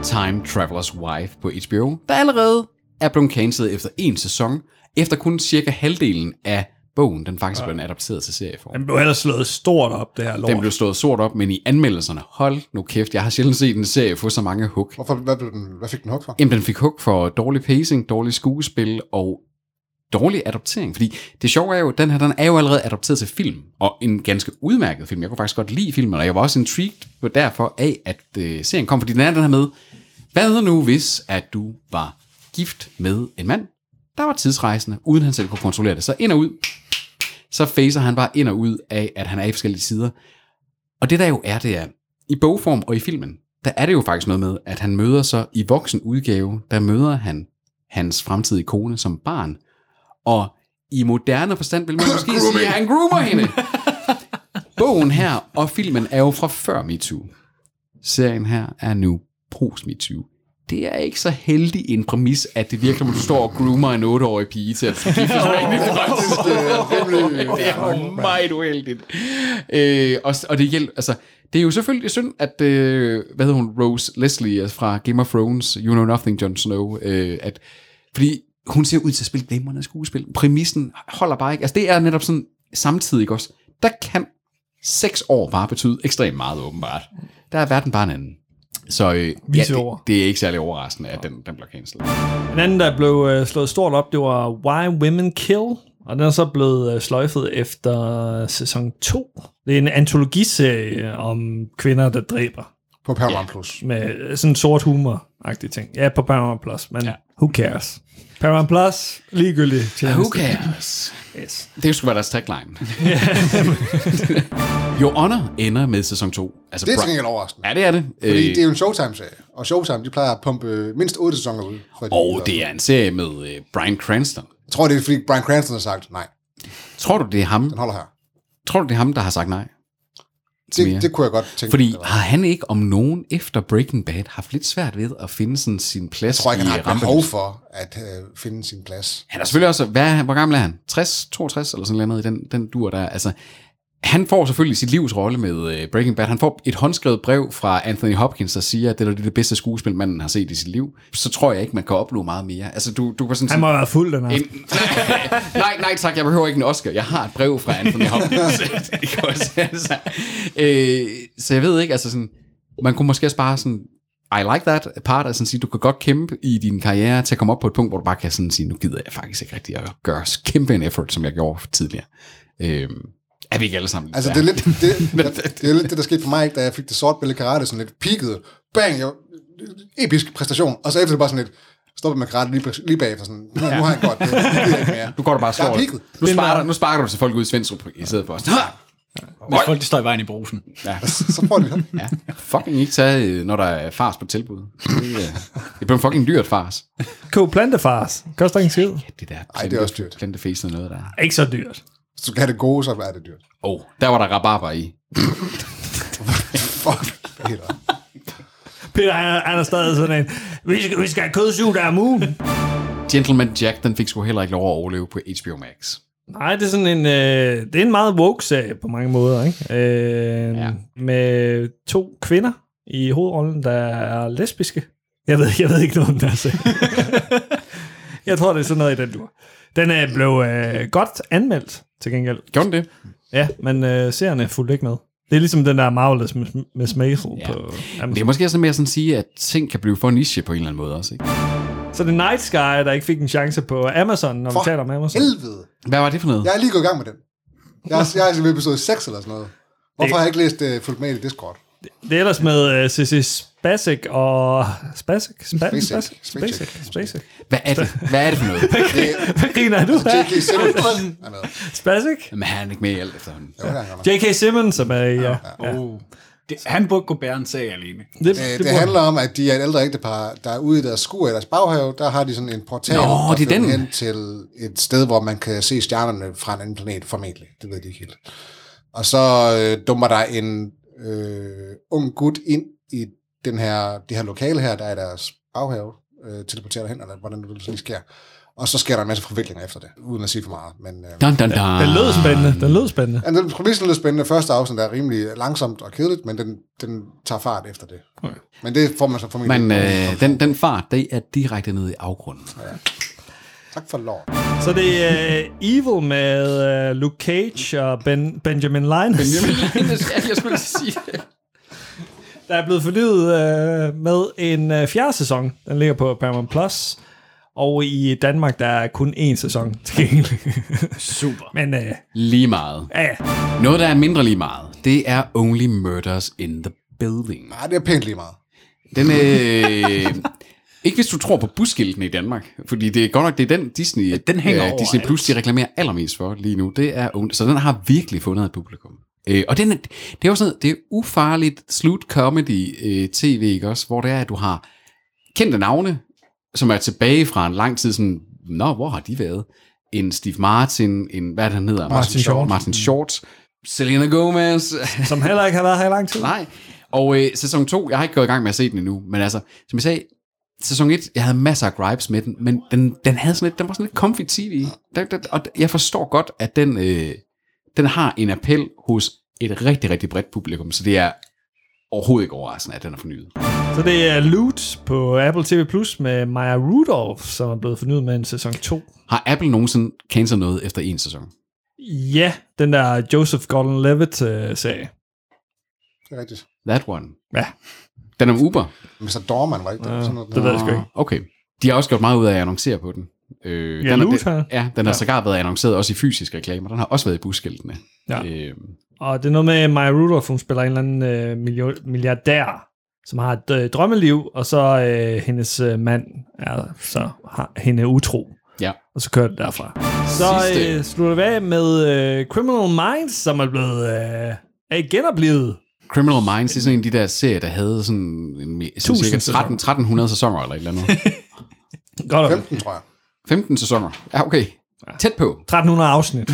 Speaker 2: Time Traveler's Wife på HBO, der allerede er blevet cancelled efter en sæson, efter kun cirka halvdelen af bogen, den faktisk er blevet adapteret til serieform.
Speaker 1: Den blev ellers slået stort op, det her lort.
Speaker 2: Den blev stået sort op, men i anmeldelserne, hold nu kæft, jeg har sjældent set en serie få så mange hook.
Speaker 4: Hvorfor, hvad, blev den, hvad fik den hug for?
Speaker 2: Jamen, den fik hug for dårlig pacing, dårlig skuespil og dårlig adoptering. Fordi det sjove er jo, den her den er jo allerede adopteret til film, og en ganske udmærket film. Jeg kunne faktisk godt lide filmen, og jeg var også intrigued på derfor af, at øh, serien kom, fordi den er den her med, hvad nu hvis, at du var gift med en mand, der var tidsrejsende, uden han selv kunne kontrollere det. Så ind og ud, så facer han bare ind og ud af, at han er i forskellige sider. Og det der jo er, det er, i bogform og i filmen, der er det jo faktisk noget med, at han møder så i voksen udgave, der møder han hans fremtidige kone som barn. Og i moderne forstand [coughs] vil man måske sige, at han groomer [laughs] hende. Bogen her og filmen er jo fra før MeToo. Serien her er nu post MeToo. Det er ikke så heldig en præmis, at det virkelig, når du står og groomer en 8-årig pige til at [laughs] skulle giftes med en, det er faktisk øh, det er jo meget uheldigt. Øh, og, og det hjælper, altså, det er jo selvfølgelig synd, at, øh, hvad hedder hun, Rose Leslie altså fra Game of Thrones, You Know Nothing, Jon Snow, øh, at, fordi hun ser ud til at spille glimrende skuespil. Præmissen holder bare ikke. Altså, det er netop sådan, samtidig ikke også, der kan seks år bare betyde ekstremt meget, åbenbart. Der er verden bare en anden. Så øh, ja,
Speaker 1: Vise
Speaker 2: det,
Speaker 1: ord.
Speaker 2: det, er ikke særlig overraskende, at den, den bliver cancelled.
Speaker 1: En anden, der blev øh, slået stort op, det var Why Women Kill, og den er så blevet øh, sløjfet efter sæson 2. Det er en antologiserie om kvinder, der dræber,
Speaker 4: På Paramount Plus.
Speaker 1: med øh, sådan sort humor-agtig ting. Ja, på Paramount Plus, men ja. who cares? Paramount Plus, ligegyldigt. tjeneste.
Speaker 2: Who cares?
Speaker 1: Yes.
Speaker 2: Det skulle være deres tagline. [laughs] Your Honor ender med sæson 2. Altså,
Speaker 4: Det er
Speaker 2: Bra-
Speaker 4: til gengæld overraskende.
Speaker 2: Ja, det er det.
Speaker 4: Fordi
Speaker 2: Øh,
Speaker 4: det er jo en Showtime-serie, og Showtime, de plejer at pumpe øh, mindst otte sæsoner ud. For at de-
Speaker 2: Og det er en serie med øh, Brian Cranston.
Speaker 4: Jeg tror, det er, fordi Brian Cranston har sagt, nej,
Speaker 2: Tror du, det er ham?
Speaker 4: den holder her.
Speaker 2: Tror du, det er ham, der har sagt nej?
Speaker 4: Det,
Speaker 2: Mere.
Speaker 4: det kunne jeg godt tænke.
Speaker 2: Fordi
Speaker 4: eller-
Speaker 2: har han ikke om nogen efter Breaking Bad haft lidt svært ved at finde sådan sin plads
Speaker 4: jeg tror ikke, han
Speaker 2: i
Speaker 4: har et
Speaker 2: rampelyset?
Speaker 4: behov for at øh, finde sin plads.
Speaker 2: Han er selvfølgelig også, hvad, er han- hvor gammel er han? 60, 62 eller sådan noget i den, den dur der. Altså, han får selvfølgelig sit livs rolle med øh, Breaking Bad. Han får et håndskrevet brev fra Anthony Hopkins, der siger, at det er det bedste skuespil, manden har set i sit liv. Så tror jeg ikke, man kan opleve meget mere. Altså, du, du kan sådan
Speaker 1: Han må have været fuld den her.
Speaker 2: En, nej, nej, nej tak, jeg behøver ikke en Oscar. Jeg har et brev fra [laughs] Anthony Hopkins. Ikke også? [laughs] altså, øh, så jeg ved ikke, altså sådan, man kunne måske også bare sådan, I like that part, altså sådan sige, du kan godt kæmpe i din karriere til at komme op på et punkt, hvor du bare kan sådan sige, nu gider jeg faktisk ikke rigtig at gøre kæmpe en effort, som jeg gjorde tidligere. Øh, er vi ikke alle sammen?
Speaker 4: Altså, ja. det, er
Speaker 2: [laughs]
Speaker 4: lidt, det, det, det, er lidt det, der skete for mig, ikke, da jeg fik det sorte bælte karate, sådan lidt peakede. Bang! Jeg, episk præstation. Og så efter det bare sådan lidt, stoppet med karate lige, lige bagefter. Sådan, nu, nu har jeg godt. Det, det gider jeg ikke mere.
Speaker 2: Nu går du bare og
Speaker 4: Jeg er
Speaker 2: slår.
Speaker 4: peaked.
Speaker 2: Nu
Speaker 4: øh,
Speaker 2: sparker, nu sparker du til folk ud i Svendstrup i stedet for os.
Speaker 5: Hvis folk de står i vejen i brusen.
Speaker 4: [laughs] Så får de det.
Speaker 2: Ja, fucking ikke tage, øh, når der er fars på tilbud. Det, øh, det blev fucking dyrt fars.
Speaker 1: Kog plantefars. Koster ingen skid.
Speaker 2: Det der
Speaker 4: Ej, det er også dyrt.
Speaker 2: plantefæs noget der.
Speaker 1: Ikke så dyrt.
Speaker 4: Hvis du kan have det gode, så er det dyrt.
Speaker 2: Åh, oh, der var der rabarber i.
Speaker 4: Fuck. Peter.
Speaker 1: Peter, han er, han er stadig sådan en, vi skal, vi skal have kødsug, der er moon.
Speaker 2: Gentleman Jack, den fik sgu heller ikke lov at overleve på HBO Max.
Speaker 1: Nej, det er sådan en, øh, det er en meget woke serie på mange måder, ikke? Øh,
Speaker 2: Ja.
Speaker 1: ja. Med to kvinder i hovedrollen, der er lesbiske. Jeg ved, jeg ved ikke noget om deres
Speaker 2: [laughs]
Speaker 1: serie. jeg tror, det er sådan noget i den dur. Den øh, blev øh, godt anmeldt til gengæld.
Speaker 2: Gjorde den det?
Speaker 1: Ja, men øh, seerne fulgte ikke med. Det er ligesom den der Marvelous Miss- Miss Maisel
Speaker 2: Ja.
Speaker 1: ja. på
Speaker 2: Men det
Speaker 1: Amazon.
Speaker 2: er måske også mere sådan at sige, at ting kan blive for niche på en eller anden måde også, ikke?
Speaker 1: Så det er Night Sky, der ikke fik en chance på Amazon, når
Speaker 4: For
Speaker 1: vi taler om Amazon.
Speaker 4: Helvede.
Speaker 2: Hvad var det for noget?
Speaker 4: Jeg er lige gået i gang med den. Jeg er, jeg er ved episode 6 eller sådan noget. Hvorfor har jeg ikke læst uh, fulgt med i Discord?
Speaker 1: Det er ellers med uh, CC Spasik og... Spasik? Spasik?
Speaker 4: Spacek.
Speaker 1: Spasik? Spasik? Spasik?
Speaker 2: Hvad er det? Hvad er det for noget?
Speaker 4: Det er
Speaker 1: Hvad griner du af?
Speaker 4: J.K. Simmons. Han er med.
Speaker 1: Spasik?
Speaker 2: Jamen, han er ikke med i alt efterhånden.
Speaker 4: Jo, det er han godt nok.
Speaker 1: J.K. Simmons som er i... Ja. Ja.
Speaker 5: Oh. Det, han burde kunne bære en sag alene.
Speaker 1: Det,
Speaker 4: Øh,
Speaker 1: burde-
Speaker 4: Det handler om, at de er et ældre ægtepar, der er ude i deres skur i deres baghave. Der har de sådan en portal,
Speaker 2: Nå,
Speaker 4: der
Speaker 2: det er
Speaker 4: fører
Speaker 2: den.
Speaker 4: hen til et sted, hvor man kan se stjernerne fra en anden planet, formentlig. Det ved de ikke helt. Og så øh, dummer der en øh, ung gut ind i den her, det her lokale her, der er i deres baghave, øh, teleporterer derhen, eller hvordan det nu lige sker. Og så sker der en masse forviklinger efter det, uden at sige for meget. Men, øh,
Speaker 2: Dun, dun, dun.
Speaker 1: Den lød spændende. Den lød spændende.
Speaker 4: ja, den præmissen er lidt spændende. Første afsnit er rimelig langsomt og kedeligt, men den, den tager fart efter det. Okay. Men det får man så formentlig.
Speaker 2: Men øh, den, den fart, det er direkte ned i afgrunden.
Speaker 4: Tak for lov.
Speaker 1: Så det er uh, Evil med uh, Luke Cage og ben, Benjamin Linus, Benjamin.
Speaker 2: jeg skulle sige det.
Speaker 1: [laughs] der er blevet fornyet uh, med en uh, fjerde sæson. Den ligger på Paramount+. Plus. Og i Danmark, der er kun én sæson tilgængelig.
Speaker 5: Super.
Speaker 1: [laughs] Men uh,
Speaker 2: Lige meget.
Speaker 1: ja, ja.
Speaker 2: Noget, der er mindre lige meget, det er Only Murders in the Building.
Speaker 4: Nej, det er pænt lige meget.
Speaker 2: Den øh, Ikke hvis du tror på busskiltene i Danmark, fordi det er godt nok, det er den Disney, ja,
Speaker 5: den hænger overalt.
Speaker 2: Disney Plus, de reklamerer allermest for lige nu. Det er, ond- så den har virkelig fundet et publikum. Øh, og den, er- det er jo sådan noget, det er ufarligt slut comedy øh, tv, ikke også? Hvor det er, at du har kendte navne, som er tilbage fra en lang tid, sådan, nå, hvor har de været? En Steve Martin, en, hvad er det, han hedder?
Speaker 1: Martin Short.
Speaker 2: Martin Short. Selena Gomez.
Speaker 1: som heller ikke har været her i lang tid.
Speaker 2: Nej. Og øh, sæson 2, jeg har ikke gået i gang med at se den endnu, men altså, som jeg sagde, sæson 1, jeg havde masser af gripes med den, men den, den, havde sådan lidt, den var sådan lidt comfy tv. Den, den, og jeg forstår godt, at den, øh, den har en appel hos et rigtig, rigtig bredt publikum, så det er overhovedet ikke overraskende, at den er fornyet.
Speaker 1: Så det er Loot på Apple TV Plus med Maya Rudolph, som er blevet fornyet med en sæson 2.
Speaker 2: Har Apple nogensinde cancel noget efter en sæson?
Speaker 1: Ja, den der Joseph Gordon-Levitt-serie.
Speaker 4: Det er rigtigt.
Speaker 2: That one.
Speaker 1: Ja.
Speaker 2: Den om Uber?
Speaker 4: Mr. Dorman, var det ikke det? Sådan noget.
Speaker 1: det ved jeg sgu ikke.
Speaker 2: Okay. De har også gjort meget ud af at annoncere på den. Øh,
Speaker 1: Ja,
Speaker 2: den,
Speaker 1: Loot
Speaker 2: den,
Speaker 1: har.
Speaker 2: ja, den har sågar været annonceret også i fysiske reklamer. Den har også været i busskiltene.
Speaker 1: Ja.
Speaker 2: Øh,
Speaker 1: Og det er noget med at Maya Rudolph, hun spiller en eller anden øh, milio- milliardær, som har et øh, drømmeliv, og så øh, hendes øh, mand er så har hende utro.
Speaker 2: ja.
Speaker 1: Og så kører det derfra. Så
Speaker 2: Sidste.
Speaker 1: øh, slutter vi af med øh, Criminal Minds, som er blevet øh, er genoplevet.
Speaker 2: Criminal Minds, det er sådan en af de der serier, der havde sådan, en, sådan cirka 13,
Speaker 1: sæsoner.
Speaker 2: 1300 sæsoner eller
Speaker 1: [laughs]
Speaker 2: et eller andet.
Speaker 1: Godt og vel.
Speaker 4: 15, tror jeg.
Speaker 2: 15 sæsoner. Ja, okay. Tæt på.
Speaker 1: 1300 afsnit.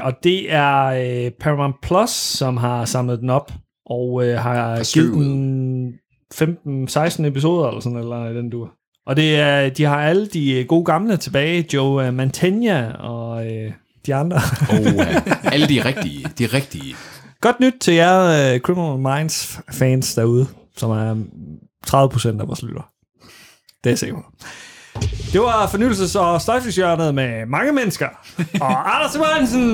Speaker 1: og det er øh, Paramount Plus, som har samlet den op, og øh, har
Speaker 2: syv
Speaker 1: givet den 15-16 episoder, eller sådan eller andet i den dur. Og det er, de har alle de øh, gode gamle tilbage, Joe øh, Mantegna og øh, de andre. [laughs]
Speaker 2: Oh, ja. Alle de rigtige. De rigtige.
Speaker 1: Godt nyt til jer øh, Criminal Minds fans derude, som er mm, 30% af vores lytter. Det er sikkert. Det var fornyelses- og støjflygshjørnet med mange mennesker. Og Anders Simonsen!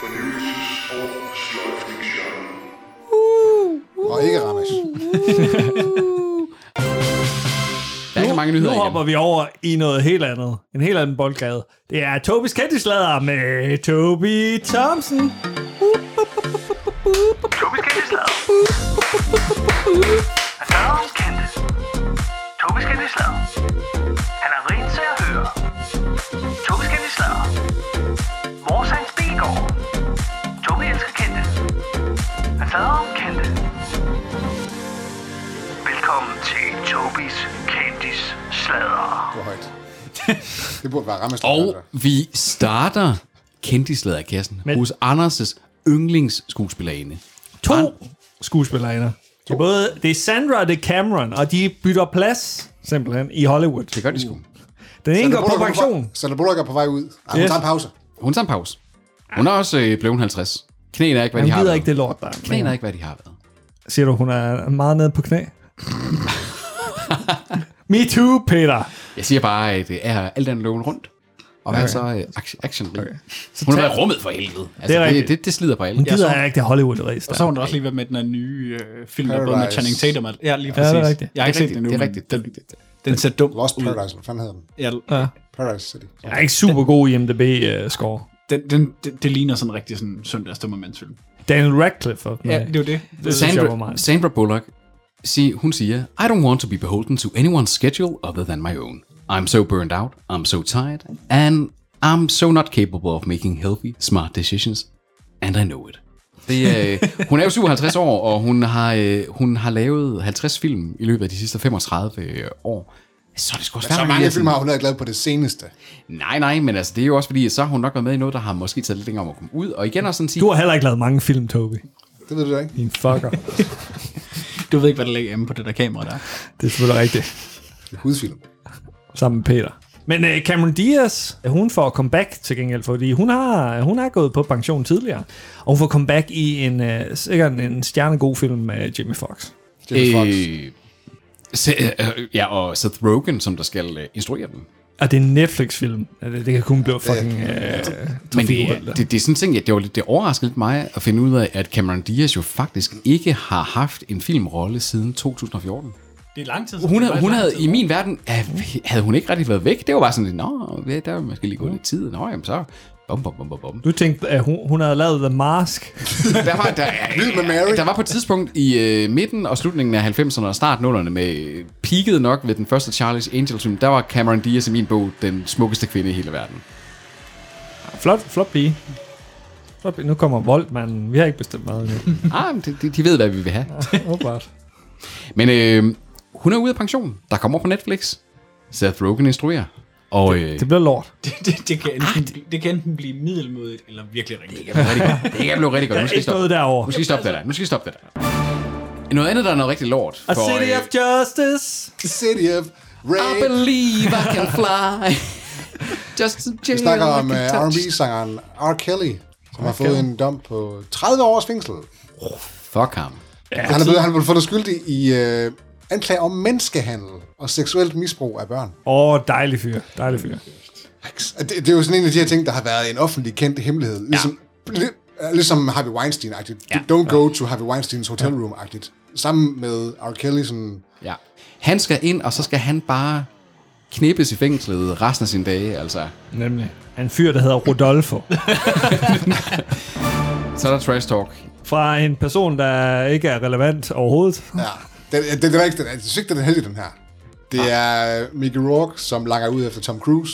Speaker 6: Fornyelses- og sløjfningsjørnet.
Speaker 4: Og ikke Ramesh.
Speaker 2: Der er ikke mange nyheder
Speaker 1: Nu hopper
Speaker 2: igen.
Speaker 1: vi over i noget helt andet. En helt anden boldgade. Det er Tobis Kendislader med Tobi Thompson.
Speaker 7: Tobis Kendislader. Han fader hos Kendis. Tobis Kendislader. Han er rent til at høre. Tobis Kendislader. Mors hans bilgård. Tobi elsker Kendis. Han fader om Kendis. Velkommen til Tobis Kendis Sladder.
Speaker 4: Det
Speaker 1: [laughs]
Speaker 4: var højt. Det burde være Ramesh. der
Speaker 2: Og
Speaker 4: gjorde det.
Speaker 2: vi starter kendtisladerkassen
Speaker 1: Men-
Speaker 2: hos Anders' yndlingsskuespillerinde.
Speaker 1: To skuespillerinder. Det er, både, det er Sandra og det er Cameron, og de bytter plads simpelthen i Hollywood.
Speaker 2: Det gør de sgu.
Speaker 1: Den ene
Speaker 4: Sandra
Speaker 1: går på
Speaker 4: Bullock er
Speaker 1: pension.
Speaker 4: Sandra Bullock er på vej ud. Ej, hun
Speaker 1: Yes.
Speaker 4: tager en pause.
Speaker 2: Hun tager en pause. Hun er også øh, blevet 50. Knæene er ikke, hvad de
Speaker 1: Han
Speaker 2: har
Speaker 1: gider
Speaker 2: været.
Speaker 1: ikke det lort, der er.
Speaker 2: Knæene er
Speaker 1: Men,
Speaker 2: ikke, hvad de har været.
Speaker 1: siger du, hun er meget nede på
Speaker 2: [laughs]
Speaker 1: knæ? Me too, Peter.
Speaker 2: Jeg siger bare, at det er alt andet løven rundt. Og hvad okay. så øh, action, action okay. Hun har været i rummet for helvede. Altså, det,
Speaker 1: rigtigt.
Speaker 2: det, det, det, slider på alle.
Speaker 1: Hun gider ikke det Hollywood-race.
Speaker 5: Og så har hun da også lige været med den her nye øh, film, der
Speaker 4: Paradise.
Speaker 5: både med Channing Tatum. og- Ja, lige
Speaker 1: er
Speaker 5: præcis.
Speaker 1: rigtigt.
Speaker 5: Jeg har ikke
Speaker 2: Det er
Speaker 5: set den endnu.
Speaker 2: rigtigt, det er
Speaker 5: men
Speaker 2: rigtigt, det er
Speaker 5: Den, den ser dum
Speaker 4: Lost
Speaker 5: ud.
Speaker 4: Paradise, hvad fanden hedder den?
Speaker 5: Ja,
Speaker 4: Paradise City.
Speaker 1: Jeg er ikke super god i MDB-score.
Speaker 5: den, den, det, det ligner sådan rigtig sådan søndagsdummermandsfilm.
Speaker 1: Daniel Radcliffe. og-
Speaker 5: Ja,
Speaker 1: Nej.
Speaker 5: det er jo det.
Speaker 1: Det synes jeg var
Speaker 2: Sandra,
Speaker 1: meget.
Speaker 2: Sandra Bullock, sig, hun siger, I don't want to be beholden to anyone's schedule other than my own. I'm so burned out, I'm so tired, and I'm so not capable of making healthy, smart decisions, and I know it. Det, øh, hun er jo 57 år, og hun har, øh, hun har lavet 50 film i løbet af de sidste 35 øh, år. Så er det sgu også
Speaker 4: Så
Speaker 2: svært at
Speaker 4: mange
Speaker 2: vælge
Speaker 4: film
Speaker 2: sådan-
Speaker 4: har hun ikke lavet på det seneste.
Speaker 2: Nej, nej, men altså, det er jo også fordi, at så har hun nok været med i noget, der har måske taget lidt længere om at komme ud. Og igen også sådan sige,
Speaker 1: Du har heller ikke lavet mange film, Tobi.
Speaker 4: Det ved du da ikke.
Speaker 1: Din fucker.
Speaker 5: Det Du ved ikke, hvad der ligger hjemme på det der kamera der.
Speaker 1: Det er selvfølgelig rigtigt.
Speaker 4: Hudfilm.
Speaker 1: Sammen med Peter. Men øh, Cameron Diaz, hun får comeback til gengæld, fordi hun har øh, hun er gået på pension tidligere. Og hun får comeback i en øh, sikkert en stjernegod film med Jimmy Fox.
Speaker 4: Jimmy
Speaker 2: Øh.
Speaker 4: Fox.
Speaker 2: Se, øh, ja, og Seth Rogen, som der skal øh, instruere den.
Speaker 1: Og det er en Netflix-film. Ja, Det, det kan kun blive fucking... Øh,
Speaker 2: Men
Speaker 1: trafikuheld,
Speaker 2: det,
Speaker 1: der.
Speaker 2: det, det er sådan en ting, at det, var lidt, det overraskede lidt mig at finde ud af, at Cameron Diaz jo faktisk ikke har haft en filmrolle siden 2014.
Speaker 5: Det er lang tid.
Speaker 2: Hun, havde, hun havde i min verden, hav- havde hun ikke rigtig været væk. Det var bare sådan lidt, nå, ja, der er måske lige gået lidt tid. Nå, jamen så, bum, bum, bum, bum, bum.
Speaker 1: du tænkte, at hun, hun havde lavet The Mask.
Speaker 2: Der var, der,
Speaker 4: Lyd med Mary.
Speaker 2: der var på et tidspunkt i øh, midten og slutningen af 90'erne og start 0'erne med peaked nok ved den første Charlie's Angels film, der var Cameron Diaz i min bog den smukkeste kvinde i hele verden.
Speaker 1: Flot, flot pige. Flot pige. Nu kommer Voltmanden. Vi har ikke bestemt meget
Speaker 5: [laughs]
Speaker 1: endnu.
Speaker 2: Ah, men de- de, de ved, hvad vi vil have.
Speaker 1: Åbenbart.
Speaker 2: Men øh, hun er ude af pension. Der kommer på Netflix. Seth Rogen instruerer. Og øh,
Speaker 1: Det bliver lort.
Speaker 5: [laughs] Det, det, det, kan enten, det kan enten blive middelmodigt, eller virkelig rigtig godt.
Speaker 2: [laughs] det kan blive rigtig godt. Nu
Speaker 1: Der er ikke
Speaker 2: skal I
Speaker 1: noget
Speaker 2: stoppe,
Speaker 1: derovre.
Speaker 2: nu skal I stoppe det der. Nu skal I stoppe det der. Noget andet, der er noget rigtig lort. øh,
Speaker 1: A City of
Speaker 5: øh,
Speaker 1: Justice.
Speaker 4: City of
Speaker 2: I
Speaker 4: Rain.
Speaker 2: believe I can fly. [laughs] Just
Speaker 4: Vi snakker om uh, R&B-sangeren R. Kelly, som har fået en dom på 30 års fængsel.
Speaker 2: Fuck ham.
Speaker 4: Han er blevet, han er blevet fundet skyldig i øh, anklager om menneskehandel og seksuelt misbrug af børn.
Speaker 1: Åh, oh, dejlig fyr. Dejlig fyr.
Speaker 4: Det, det er jo sådan en af de her ting, der har været en offentlig kendt hemmelighed. Ligesom, li- øh, ligesom Harvey Weinstein-agtigt. Ja. Don't go to Harvey Weinsteins hotelroom-agtigt. Sammen med R. Kelly, sådan,
Speaker 2: Ja. Han skal ind, og så skal han bare knippes i fængslet resten af sine dage. Altså.
Speaker 1: Nemlig. En fyr, der hedder Rodolfo.
Speaker 2: Så er der trash talk.
Speaker 1: Fra en person, der ikke er relevant overhovedet.
Speaker 4: ja. Det, det, det er ikke den, jeg synes ikke, den er heldig, den her. Det er Mickey Rourke, som langer ud efter Tom Cruise.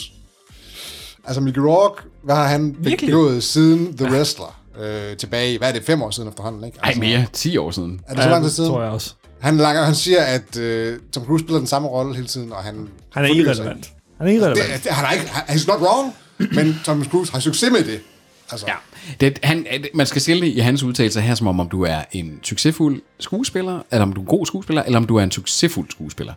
Speaker 4: Altså Mickey Rourke, hvad har han begået siden The Wrestler? Øh, tilbage, i- hvad er det, fem år siden efterhånden, ikke?
Speaker 2: Ej,
Speaker 4: Altså,
Speaker 2: mere. 10 år siden.
Speaker 4: er det så lang tid siden?
Speaker 1: tror jeg også.
Speaker 4: Han, langer, han siger, at øh, Tom Cruise spiller den samme rolle hele tiden, og han...
Speaker 1: Han er
Speaker 4: fornyer sig
Speaker 1: irrelevant. Han er irrelevant.
Speaker 4: Det, det, han er ikke, han- he's not wrong, men Tom Cruise har succes med det. Altså, ja.
Speaker 2: Det, han, at man skal skille i hans udtalelser her, som om, om du er en succesfuld skuespiller, eller om du er en god skuespiller, eller om du er en succesfuld skuespiller.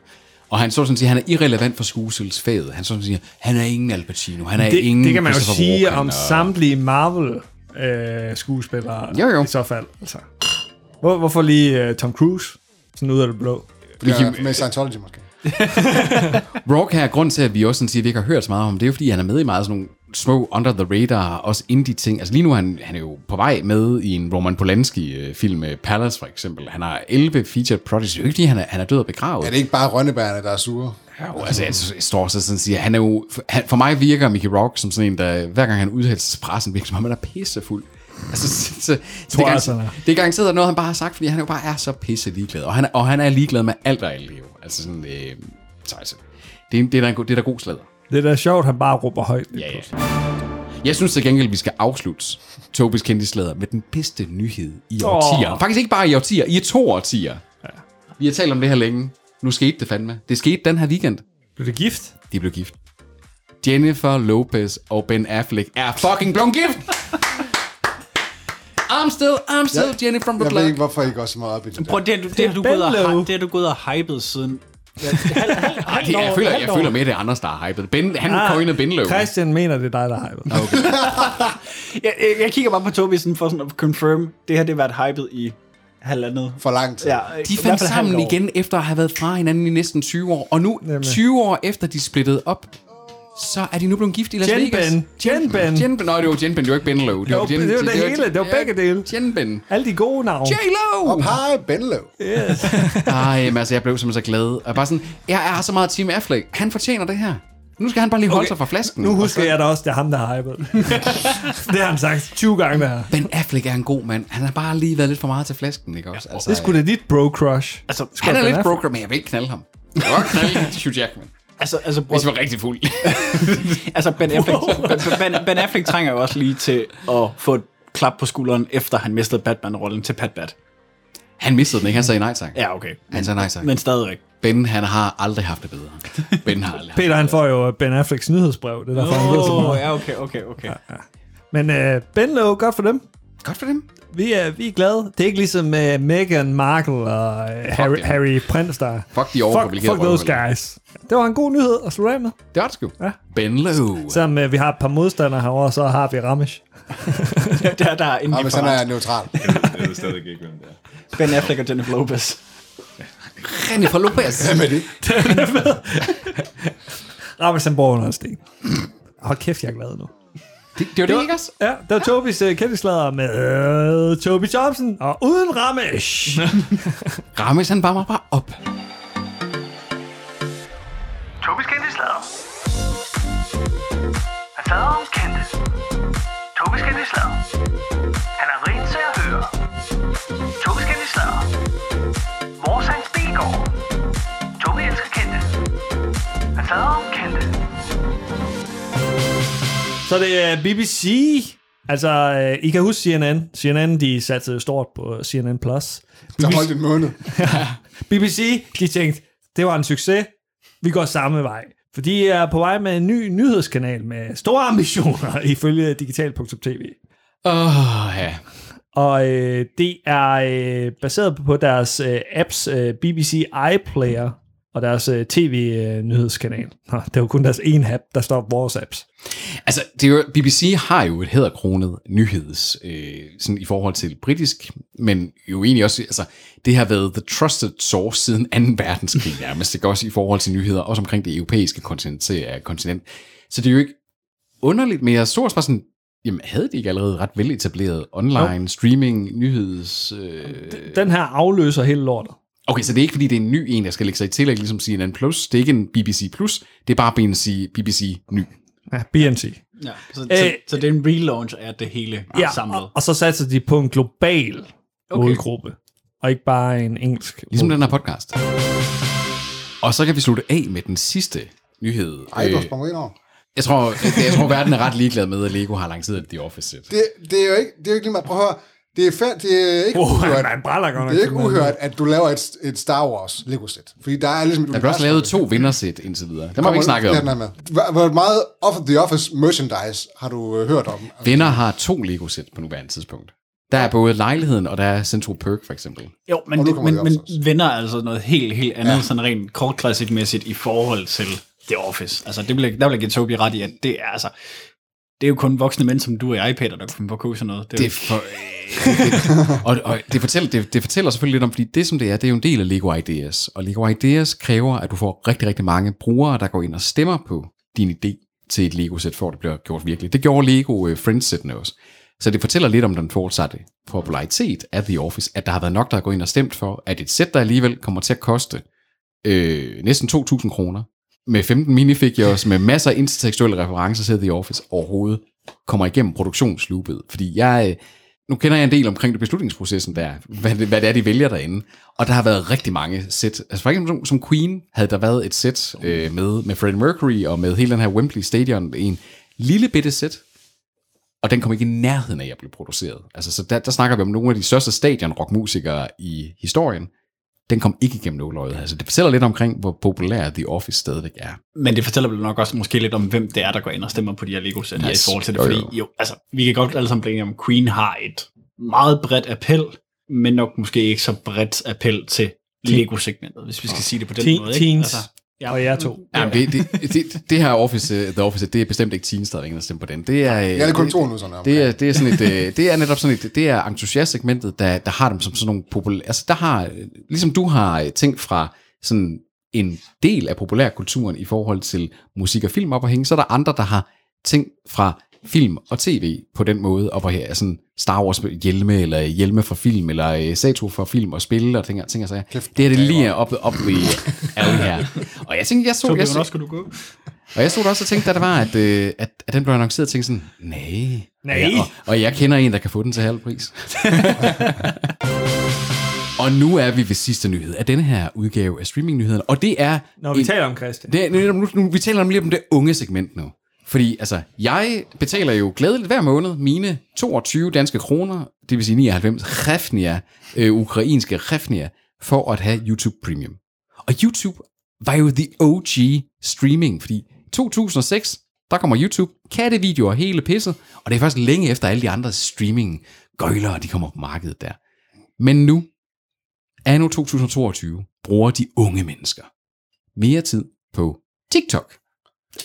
Speaker 2: Og han så sådan siger, han er irrelevant for skuespilsfaget. Han så sådan siger, han er ingen Al Pacino, han er ingen
Speaker 1: det, det kan man jo
Speaker 2: Christopher
Speaker 1: sige
Speaker 2: Walken,
Speaker 1: om
Speaker 2: og-
Speaker 1: samtlige Marvel-skuespillere øh,
Speaker 2: Jo,
Speaker 1: jo,
Speaker 2: jo.
Speaker 1: jo. i så fald. Altså. Hvor, hvorfor lige øh, Tom Cruise? Sådan ud af det blå.
Speaker 4: Fordi, ja, med Scientology måske.
Speaker 2: Rock her, grund til, at vi også sådan siger, at vi ikke har hørt så meget om, ham, det er jo, fordi han er med i meget sådan nogle små under the radar, også indie ting. Altså lige nu er han, han er jo på vej med i en Roman Polanski-film, øh, Palace for eksempel. Han har 11 featured projects. Det er jo ikke, fordi han er, han er død og begravet.
Speaker 4: Er det ikke bare Rønnebærerne, der er sure?
Speaker 2: Jo, altså, jeg står så sådan og siger, han er jo, han, for mig virker Mickey Rock som sådan en, der hver gang han udtaler sig til pressen, virker som om han er pissefuld. Altså, så, så, så det, er
Speaker 1: jeg
Speaker 2: gang,
Speaker 1: også, han er.
Speaker 2: det er garanteret noget, han bare har sagt, fordi han jo bare er så pisse ligeglad. Og han, er- og han er ligeglad med alt og alle jo. Altså sådan, øh, så, altså, det, er- det, er da en, god- det er da god sladder.
Speaker 1: Det er da sjovt, han bare råber højt. Ja, ja.
Speaker 2: Jeg synes til gengæld, vi skal afslutte Tobis kendtislader med den bedste nyhed i
Speaker 1: Åh.
Speaker 2: årtier. Faktisk ikke bare i årtier, i to årtier. Ja. Vi har talt om det her længe. Nu skete det fandme. Det skete den her weekend.
Speaker 1: Blev det gift?
Speaker 2: De blev gift. Jennifer Lopez og Ben Affleck er fucking blevet gift! I'm still, I'm still
Speaker 4: Jeg-
Speaker 2: Jenny from the
Speaker 4: Jeg ved
Speaker 2: block.
Speaker 4: ikke, hvorfor I går så meget op i det der.
Speaker 5: Prøv, det, har du- det, har du gået og, hy- det har du gået og hypet siden.
Speaker 2: Ej, det, jeg, føler, jeg føler med, at det er Anders, der har hypet. Ben, han ah, coinede Benløv.
Speaker 1: Christian mener, det er dig, der har hypet. Okay.
Speaker 5: Jeg, jeg, jeg kigger bare på Tobi sådan for sådan at confirm, det her det har været hypet i halvandet.
Speaker 4: For lang tid.
Speaker 5: Ja,
Speaker 2: De fandt sammen igen efter at have været fra hinanden i næsten 20 år. Og nu, Jamen. 20 år efter de splittede op, så er de nu blevet gift i Las
Speaker 1: Jen
Speaker 2: Vegas.
Speaker 1: Ben. Jen Ben.
Speaker 2: Jen Ben. Nej, det var Jen Ben, det var ikke Ben Low.
Speaker 1: Jo, det var det hele. Det var begge dele.
Speaker 2: Jen Ben.
Speaker 1: Alle de gode navne.
Speaker 2: J-Lo!
Speaker 4: Op, hej, Benlow.
Speaker 2: Ej, jamen, altså, jeg blev simpelthen så glad. Og bare sådan, jeg er så meget Team Affleck. Han fortjener det her. Nu skal han bare lige holde okay. sig fra flasken.
Speaker 1: Nu husker jeg da også, det er ham, der har hypet. det har han sagt 20 gange, der.
Speaker 2: Ben Affleck er en god mand. Han har bare lige været lidt for meget til flasken, ikke også? Altså, øh,
Speaker 1: Det skulle da dit bro-crush.
Speaker 5: Altså,
Speaker 2: han er
Speaker 1: Ben
Speaker 2: lidt
Speaker 1: Affleck.
Speaker 2: broker, men jeg vil ikke knalde ham. Jeg vil godt knalde Hugh [laughs] Jackman,
Speaker 5: altså, altså, bror,
Speaker 2: hvis jeg var rigtig
Speaker 1: [laughs]
Speaker 2: fuld.
Speaker 5: altså ben, Affleck, [laughs] ben, ben, ben Affleck trænger jo også lige til at få et klap på skulderen, efter han mistede Batman-rollen til Pat-Bat.
Speaker 2: Han mistede den, ikke? Han sagde nej tak.
Speaker 5: Ja, okay.
Speaker 2: Han sagde nej tak.
Speaker 5: Men stadigvæk.
Speaker 2: Ben, han har aldrig haft det bedre. Ben har aldrig haft
Speaker 1: Peter, han får jo Ben Afflecks nyhedsbrev. Det er derfor, han ved så
Speaker 5: Åh,
Speaker 1: meget.
Speaker 5: ja, okay, okay, okay.
Speaker 1: Men øh, Ben Lowe, godt for dem.
Speaker 2: Godt for dem.
Speaker 1: Vi er, vi er glade. Det er ikke ligesom uh, Meghan Markle og uh, Harry,
Speaker 2: dem.
Speaker 1: Harry Prins, der...
Speaker 2: Fuck de
Speaker 1: Fuck,
Speaker 2: overkomplikerede
Speaker 1: fuck those
Speaker 2: røvhuller.
Speaker 1: guys. Det var en god nyhed at slutte af med.
Speaker 2: Det var det sgu. Ja. Ben Lowe.
Speaker 1: Selvom uh, vi har et par modstandere herovre, så har vi Ramesh.
Speaker 5: [laughs] der, der er
Speaker 4: Og
Speaker 5: endelig
Speaker 4: hvis han er
Speaker 5: for
Speaker 4: neutral.
Speaker 3: Jeg ved stadig ikke, hvem det er.
Speaker 5: Ben Affleck og Jennifer Lopez.
Speaker 2: Jennifer Lopez.
Speaker 4: Hvem er det?
Speaker 1: Ramesh, han bor under en sten. Hold kæft, jeg er glad nu.
Speaker 2: Det, det var det, ikke også?
Speaker 1: Ja, der var Tobis uh, kæmpeslader med uh, Tobi Thompson og uden Ramesh.
Speaker 2: Rammes han bare mig bare op.
Speaker 7: Tobis kendte slader. Han slader om kendte. Tobis kendte slader. Han er rent til at høre. Tobis kendte slader. Mors hans bilgård. Tobi elsker kendte. Han slader om kendte.
Speaker 1: Så det øh, er BBC. Altså, øh, I kan huske CNN. CNN, de satte stort på CNN+. Plus.
Speaker 4: Der holdt en måned.
Speaker 1: BBC, de tænkte, det var en succes. Vi går samme vej. For de er på vej med en ny nyhedskanal med store ambitioner, [laughs] ifølge digital.tv.
Speaker 2: Åh, oh, ja.
Speaker 1: Og øh, det er øh, baseret på deres øh, apps øh, BBC iPlayer og deres øh, tv-nyhedskanal. Nå, det er jo kun deres ene app, der står vores apps.
Speaker 2: Altså, det er jo, BBC har jo et hæderkronet nyheds, øh, sådan i forhold til britisk, men jo egentlig også, altså, det har været the trusted source siden 2. verdenskrig nærmest, ikke også i forhold til nyheder, også omkring det europæiske kontinent. øh, kontinent. Så det er jo ikke underligt, men jeg så også bare sådan, jamen havde de ikke allerede ret veletableret online streaming nyheds... Øh...
Speaker 1: Den her afløser hele lortet.
Speaker 2: Okay, så det er ikke fordi, det er en ny en, der skal lægge sig i tillæg, ligesom CNN+. Plus. Det er ikke en BBC+, Plus, det er bare BBC, BBC ny.
Speaker 1: Ja, BNT.
Speaker 5: Ja, så,
Speaker 1: Øh,
Speaker 5: så, så det er en relaunch af det hele ja, samlet.
Speaker 1: Og, og så satser de på en global Ah, okay.
Speaker 2: Okay.
Speaker 1: målgruppe, og ikke bare en engelsk.
Speaker 2: Ligesom
Speaker 1: målgruppe.
Speaker 2: den her podcast. Og så kan vi slutte af med den sidste nyhed.
Speaker 4: Ej, du
Speaker 2: Øh,
Speaker 4: har sprunget ind over.
Speaker 2: jeg, tror, jeg, jeg tror, verden er ret ligeglad med, at Lego har lanceret The Office. Det,
Speaker 4: Det, det er jo ikke, det er jo ikke lige meget. Prøv at høre. Det er, fæ- det er ikke
Speaker 1: Wow,
Speaker 4: uhørt.
Speaker 1: han, han brænder godt nok.
Speaker 4: Det er ikke
Speaker 1: den her.
Speaker 4: uhørt, at du laver et, et Star Wars Lego-sæt. Fordi der er ligesom...
Speaker 2: der blev også lavet to vindersæt indtil videre. Det må vi ikke snakke om.
Speaker 4: Hvor hvor meget of The Office merchandise har du øh, hørt om?
Speaker 2: Vinder har to Lego-sæt på nuværende tidspunkt. Der er både lejligheden, og der er Central Perk, for eksempel.
Speaker 5: Jo,
Speaker 4: Og
Speaker 5: men,
Speaker 4: nu
Speaker 5: det,
Speaker 4: kommer
Speaker 5: men,
Speaker 4: det
Speaker 5: men
Speaker 4: også.
Speaker 5: venner er altså noget helt, helt andet, ja. sådan rent kortklassigt-mæssigt i forhold til The Office. Altså, det vil, jeg- der vil jeg give Tobi ret i, at det er altså... Det er jo kun voksne mænd som du og jeg, Peter, der kunne finde på at købe sådan noget. Det er
Speaker 2: Det,
Speaker 5: jo-
Speaker 2: for, det, [laughs] og, og det, fortæller, det, det fortæller selvfølgelig lidt om, fordi det som det er, det er jo en del af Lego Ideas. Og Lego Ideas kræver, at du får rigtig, rigtig mange brugere, der går ind og stemmer på din idé til et Lego-sæt, for at det bliver gjort virkelig. Det gjorde Lego øh, Friends-sættene også. Så det fortæller lidt om den fortsatte popularitet af The Office, at der har været nok, der har gået ind og stemt for, at et sæt, der alligevel kommer til at koste øh, næsten 2.000 kroner, med 15 minifigures, med masser af intertekstuelle referencer til The Office overhovedet, kommer igennem produktionsloopet. Fordi jeg, øh, nu kender jeg en del omkring det beslutningsprocessen der, hvad det, hvad det er, de vælger derinde. Og der har været rigtig mange sæt. Altså for eksempel som, som Queen havde der været et sæt øh, med, med Freddie Mercury og med hele den her Wembley Stadion, en lille bitte sæt, og den kom ikke i nærheden af at blive produceret. Altså, så der, der snakker vi om nogle af de største stadion-rockmusikere i historien. Den kom ikke igennem nåløjet. Altså, det fortæller lidt omkring, hvor populær The Office stadigvæk er.
Speaker 5: Men det fortæller vel nok også måske lidt om, hvem det er, der går ind og stemmer på de her Lego-sæt yes. her i
Speaker 2: Yes.
Speaker 5: forhold til det.
Speaker 2: Jo,
Speaker 5: Fordi
Speaker 2: jo.
Speaker 5: jo, altså, vi kan godt alle sammen blive enige om, at Queen har et meget bredt appel, men nok måske ikke så bredt appel til Lego-segmentet, hvis vi skal sige det på den
Speaker 1: Teen-
Speaker 5: måde. Ikke? Altså,
Speaker 1: Teens
Speaker 5: ja.
Speaker 1: og jer to.
Speaker 2: Ja, det, det, det, det her Office, øh, The Office, det er bestemt ikke teens, der er ingen, der stemmer på den. Det er, øh,
Speaker 4: Jeg er kun to nu, sådan
Speaker 2: Det er, det er, sådan et, øh, det er netop sådan et, det er entusiastsegmentet, der, der har dem som sådan nogle populære, altså der har, øh, ligesom du har øh, tænkt fra sådan en del af populærkulturen i forhold til musik og film op at hænge, så er der andre, der har tænkt fra film og tv på den måde, og hvor her er sådan Star Wars hjelme, eller hjelme fra film, eller øh, Sato fra film og spil, og ting, og- ting og sager. Det her, det lige er op, op i alle her. Og jeg tænkte, jeg så,
Speaker 5: Så
Speaker 2: jeg
Speaker 5: det
Speaker 2: så,
Speaker 5: også, skulle du gå.
Speaker 2: og jeg stod også og tænkte, da det var, at, øh, at, at den blev annonceret, og tænkte sådan, nej.
Speaker 1: Nej.
Speaker 2: Og jeg, og, og jeg kender en, der kan få den til halv pris.
Speaker 1: [laughs]
Speaker 2: og nu er vi ved sidste nyhed af denne her udgave af streamingnyhederne, og det er...
Speaker 1: Når vi
Speaker 2: en-
Speaker 1: taler om Christian.
Speaker 2: det, er- nu, nu, nu, vi taler om lige om det unge segment nu. Fordi altså, jeg betaler jo glædeligt hver måned mine 22 danske kroner, det vil sige 99 refnia, øh, ukrainske refnia, for at have YouTube Premium. Og YouTube var jo the OG streaming, fordi 2006, der kommer YouTube, kattevideoer hele pisset, og det er først længe efter alle de andre streaming gøjlere, de kommer på markedet der. Men nu, anno 2022, bruger de unge mennesker mere tid på TikTok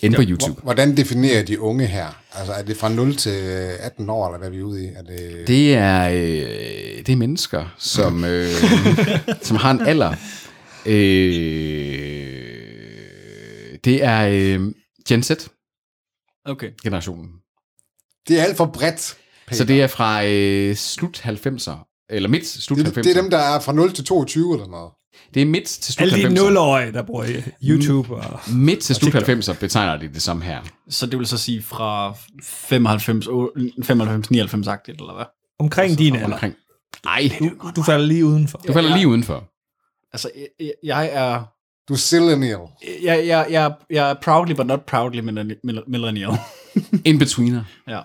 Speaker 2: end på YouTube.
Speaker 4: Hvordan definerer de unge her? Altså, er det fra 0 til øh, 18 år, eller hvad er vi ude i? Er det...
Speaker 2: Det er, øh, det er mennesker, som,
Speaker 4: [laughs]
Speaker 2: øh, som har en alder. Øh, det er øh, Gen Z-generationen.
Speaker 5: Okay.
Speaker 4: det er alt for bredt.
Speaker 2: Så det er fra øh, slut 90'er, eller midt slut
Speaker 4: Det,
Speaker 2: 90'er.
Speaker 4: det, det er dem, der er fra 0 til 22 eller sådan noget.
Speaker 2: det er midt til slut
Speaker 1: Alle de
Speaker 2: 90'er.
Speaker 1: nulårige, der bruger YouTube og...
Speaker 2: Midt til slut 90'er betegner de det som her.
Speaker 5: Så det vil så sige fra 95, 95 99 agtigt eller hvad?
Speaker 1: Omkring din alder.
Speaker 2: Omkring. Nej,
Speaker 1: Du, du falder lige udenfor.
Speaker 2: du falder lige udenfor.
Speaker 5: Altså, jeg- jeg, jeg er...
Speaker 4: Du er sillennial.
Speaker 5: Jeg, jeg, jeg, er- jeg er proudly, but not proudly millenni- mill- [laughs] millennial.
Speaker 2: En betweener.
Speaker 5: ja.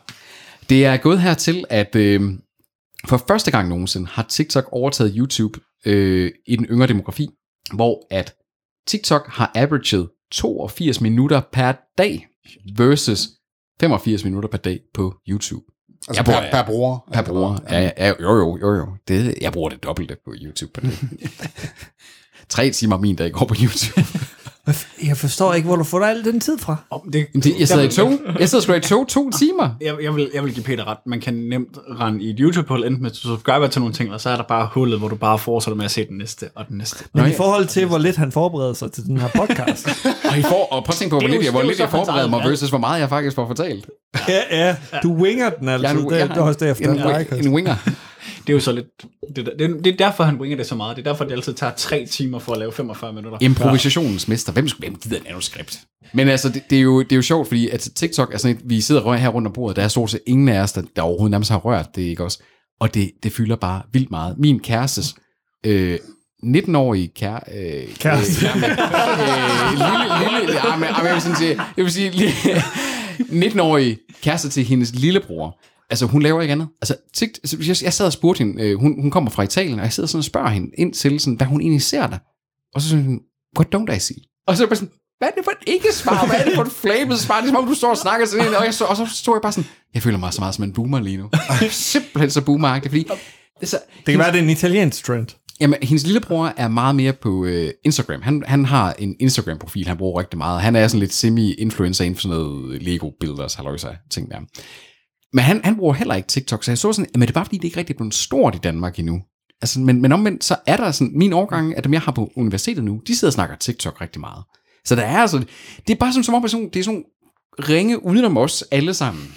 Speaker 2: Det er gået hertil, at øh, for første gang nogensinde har TikTok overtaget YouTube øh, i den yngre demografi, hvor at TikTok har averaged 82 minutter per dag versus 85 minutter per dag på YouTube.
Speaker 4: Altså
Speaker 2: Jeg
Speaker 4: jeg
Speaker 2: bruger-
Speaker 4: bruger, per, per bruger. Altså,
Speaker 2: Per bruger. Ja, ja, ja, jo, jo, jo, jo. Det, jeg bruger det dobbelte på YouTube på det. [laughs] Tre timer af min dag går på YouTube. [laughs]
Speaker 1: Jeg forstår ikke, hvor du får dig al den tid fra.
Speaker 5: Oh, det,
Speaker 2: Jamen, det- Jeg sidder i to. Jeg sidder sgu da i to, [laughs] to timer.
Speaker 5: Jeg, jeg, vil, jeg vil give Peter ret. Man kan nemt rende i et YouTube-hul, enten med at du subscriber til nogle ting, og så er der bare hullet, hvor du bare fortsætter med at se den næste og den næste.
Speaker 1: Men
Speaker 2: Nå,
Speaker 1: i
Speaker 2: ja.
Speaker 1: forhold til, hvor lidt han forbereder sig til den her
Speaker 2: [laughs]
Speaker 1: podcast.
Speaker 2: Og, I får, og prøv at tænke på, hvor
Speaker 5: Det er jo-
Speaker 2: lidt jeg, hvor
Speaker 5: det er jo
Speaker 2: lidt
Speaker 5: så
Speaker 2: jeg
Speaker 5: hans
Speaker 2: forbereder
Speaker 5: eget
Speaker 2: mig,
Speaker 5: valg.
Speaker 2: versus hvor meget jeg faktisk får fortalt.
Speaker 1: ja, ja. Du winger den altså.
Speaker 2: Jeg er en-
Speaker 1: det,
Speaker 2: jeg
Speaker 1: det er også det, jeg
Speaker 2: en,
Speaker 1: forstår.
Speaker 2: wi- en winger.
Speaker 5: Det er jo så lidt... Det, er- det, er- det er derfor, han bringer det så meget. Det er derfor, det altid tager tre timer for at lave 45 minutter.
Speaker 2: Improvisationens mester. Hvem, skulle- hvem gider et manuskript? Men altså, det, det, er jo, det er jo sjovt, fordi at TikTok er sådan et, vi sidder og rører her rundt om bordet, der er stort set ingen af os, der, der overhovedet nærmest har rørt det, ikke også? Og det, det fylder bare vildt meget. Min kærestes øh, 19-årige kære, øh,
Speaker 1: Kæreste.
Speaker 2: Øh, jamen, øh, lille, lille, [laughs] ja, men, jamen, jeg vil sådan sige, jeg vil sige lille, 19-årige kæreste til hendes lillebror. Altså, hun laver ikke andet. Altså, tigt, altså, jeg, jeg sad og spurgte hende, øh, hun, hun kommer fra Italien, og jeg sidder sådan og spørger hende ind til, sådan, hvad hun egentlig ser der. Og så synes hun, what don't I see? Og så er jeg bare sådan, hvad er det for et ikke-svar? Hvad er det for et flabet svar? Det er som om, du står og snakker sådan en, og, jeg så, og så stod jeg bare sådan, jeg føler mig så meget som en boomer lige nu. [laughs] Simpelthen så boomeragtig, fordi... Altså,
Speaker 1: Det kan være, det er en italiensk trend.
Speaker 2: Jamen, hendes lillebror er meget mere på øh, Instagram. Han, han har en Instagram-profil, han bruger rigtig meget. Han er sådan lidt semi-influencer inden for sådan noget Lego-builders, halløjsa, ting der. Men han, han bruger heller ikke TikTok, så jeg så sådan, men det er bare fordi, det ikke rigtig er blevet stort i Danmark endnu. Altså, men, men omvendt, så er der sådan, min årgang af dem, jeg har på universitetet nu, de sidder og snakker TikTok rigtig meget. Så der er altså, det er bare sådan, som om, at sådan- det er sådan nogle ringe udenom os alle sammen,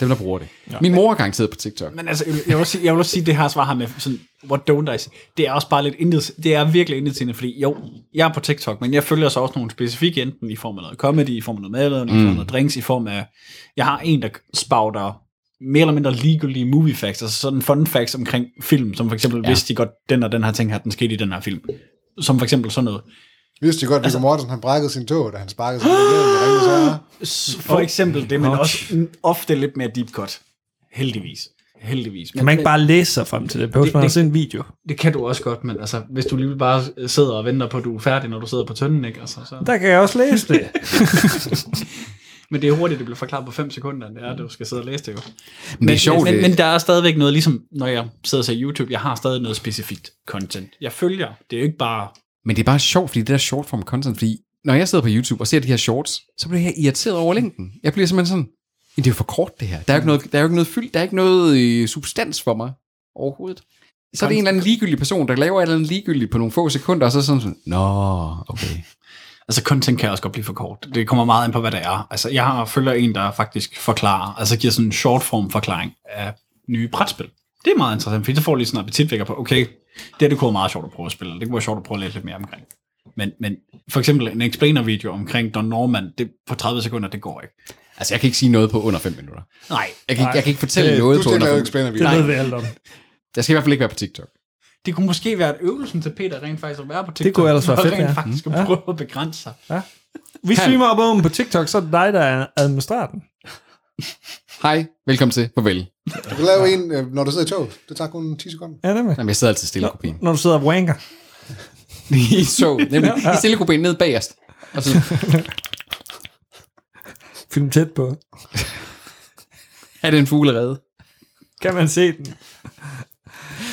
Speaker 2: dem der bruger det. Ja. Min mor er garanteret på TikTok.
Speaker 5: Men altså, jeg vil, jeg vil, også sige, jeg vil også sige, det her svar her med sådan, what don't I see, det er også bare lidt intet, det er virkelig intetsigende, fordi jo, jeg er på TikTok, men jeg følger så også nogle specifikke, enten i form af noget comedy, i form af noget madlavning, mm. i form af noget drinks, i form af, jeg har en, der spouter mere eller mindre legally movie facts, altså sådan fun facts omkring film, som for eksempel, ja. hvis de godt, den og den her ting her, den skete i den her film, som for eksempel sådan noget.
Speaker 4: Vidste I godt, at
Speaker 2: Altså-
Speaker 4: Viggo Mortensen han brækkede sin tog, da han sparkede sin tog?
Speaker 5: S- For eksempel det, men også ofte lidt mere deep cut. Heldigvis. Heldigvis.
Speaker 1: Kan man ikke bare læse sig frem til det? Behøver
Speaker 5: Det-
Speaker 1: man
Speaker 5: det-
Speaker 1: at se en video?
Speaker 5: Det kan du også godt, men altså, hvis du lige bare sidder og venter på, at du er færdig, når du sidder på tønden, ikke? Altså, så.
Speaker 1: Der kan jeg også læse
Speaker 2: [laughs]
Speaker 1: det.
Speaker 5: Men det er hurtigt, det bliver forklaret på 5 sekunder, end det er, at du skal sidde og læse det jo.
Speaker 2: Men det er sjovt.
Speaker 5: men,
Speaker 2: det-
Speaker 5: men, men, der er stadigvæk noget, ligesom når jeg sidder og ser YouTube, jeg har stadig noget specifikt content. Jeg følger. Det er jo ikke bare...
Speaker 2: Men det er bare sjovt, fordi det der short form content, fordi når jeg sidder på YouTube og ser de her shorts, så bliver jeg irriteret over længden. Jeg bliver simpelthen sådan, "Men det er jo for kort det her. Der er jo ikke noget, der er jo ikke noget fyld, der er ikke noget øh, substans for mig overhovedet. Så er det en eller anden ligegyldig person, der laver et eller andet ligegyldigt på nogle få sekunder, og så er sådan sådan, nå, okay.
Speaker 5: Altså, content kan også godt blive for kort. Det kommer meget an på, hvad det er. Altså, jeg har følger en, der faktisk forklarer, altså giver sådan en short form forklaring af nye brætspil. Det er meget interessant, fordi så får du lige sådan en appetitvækker på, okay, det her det kunne være meget sjovt at prøve at spille, og det kunne være sjovt at prøve at læse lidt mere omkring. Men, men for eksempel en explainer-video omkring Don Norman, det på 30 sekunder, det går ikke.
Speaker 2: Altså, jeg kan ikke sige noget på under 5 minutter.
Speaker 5: Nej,
Speaker 2: Jeg kan, ikke, jeg kan ikke fortælle
Speaker 1: Det-
Speaker 2: noget
Speaker 4: øh, Du
Speaker 2: på
Speaker 4: stiller
Speaker 2: under
Speaker 4: jo
Speaker 2: 5
Speaker 4: ikke spændende
Speaker 1: Det
Speaker 4: video.
Speaker 1: ved vi alt om.
Speaker 2: Jeg skal i hvert fald ikke være på TikTok.
Speaker 5: det kunne måske være, at øvelsen til Peter rent faktisk at være på TikTok.
Speaker 1: kunne ellers være
Speaker 5: for
Speaker 1: fedt,
Speaker 5: rent
Speaker 1: ja.
Speaker 5: faktisk at prøve at begrænse sig.
Speaker 1: Vi streamer op om på TikTok, så er det dig, der er administrerer den.
Speaker 2: Hej, velkommen til, farvel.
Speaker 4: Du kan lave en, øh, når du sidder i tog. Det tager kun 10 sekunder.
Speaker 1: Ja, det med.
Speaker 2: Jamen, jeg sidder altid stille i kopien.
Speaker 1: Når du sidder og wanker.
Speaker 2: I så, nemlig. I stille i kopien ned bagerst. Og
Speaker 4: [laughs]
Speaker 2: så,
Speaker 1: Film tæt på.
Speaker 2: er det en fuglerede?
Speaker 1: Kan man se den?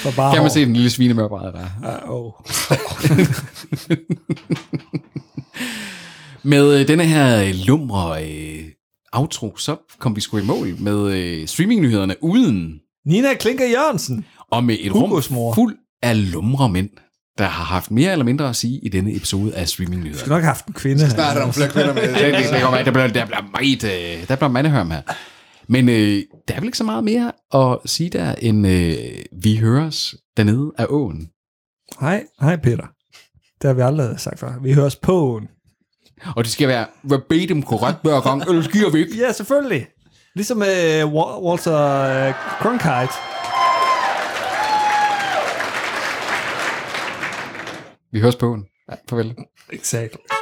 Speaker 1: Så bare
Speaker 2: Kan man se den lille svinemørbræd der?
Speaker 1: Oh.
Speaker 2: Med øh, denne her øh, lumre øh, outro, så kom vi sgu i mål med øh, streamingnyhederne uden,
Speaker 1: Nina Klinker Jørgensen.
Speaker 2: og med et
Speaker 1: Hugos mor.
Speaker 2: rum fuld af lumre mænd, der har haft mere eller mindre at sige i denne episode af
Speaker 1: Du
Speaker 2: streamingnyhederne.
Speaker 1: har nok haft en kvinde.
Speaker 4: Snart er der nogle flere kvinder med.
Speaker 2: Det, det, det kommer, der bliver, der bliver meget, øh, der bliver mandehørm her. Men øh, der er vel ikke så meget mere at sige der, end øh, vi høres dernede af åen.
Speaker 1: Hej, hej Peter. Det har vi aldrig sagt før. Vi høres på åen.
Speaker 2: Og det skal være verbatim korrekt hver gang, ellers giver vi ikke.
Speaker 1: Ja, selvfølgelig. Ligesom øh, Wa- Walter øh, Cronkite.
Speaker 2: Vi høres på åen. Ja, farvel.
Speaker 1: Exakt.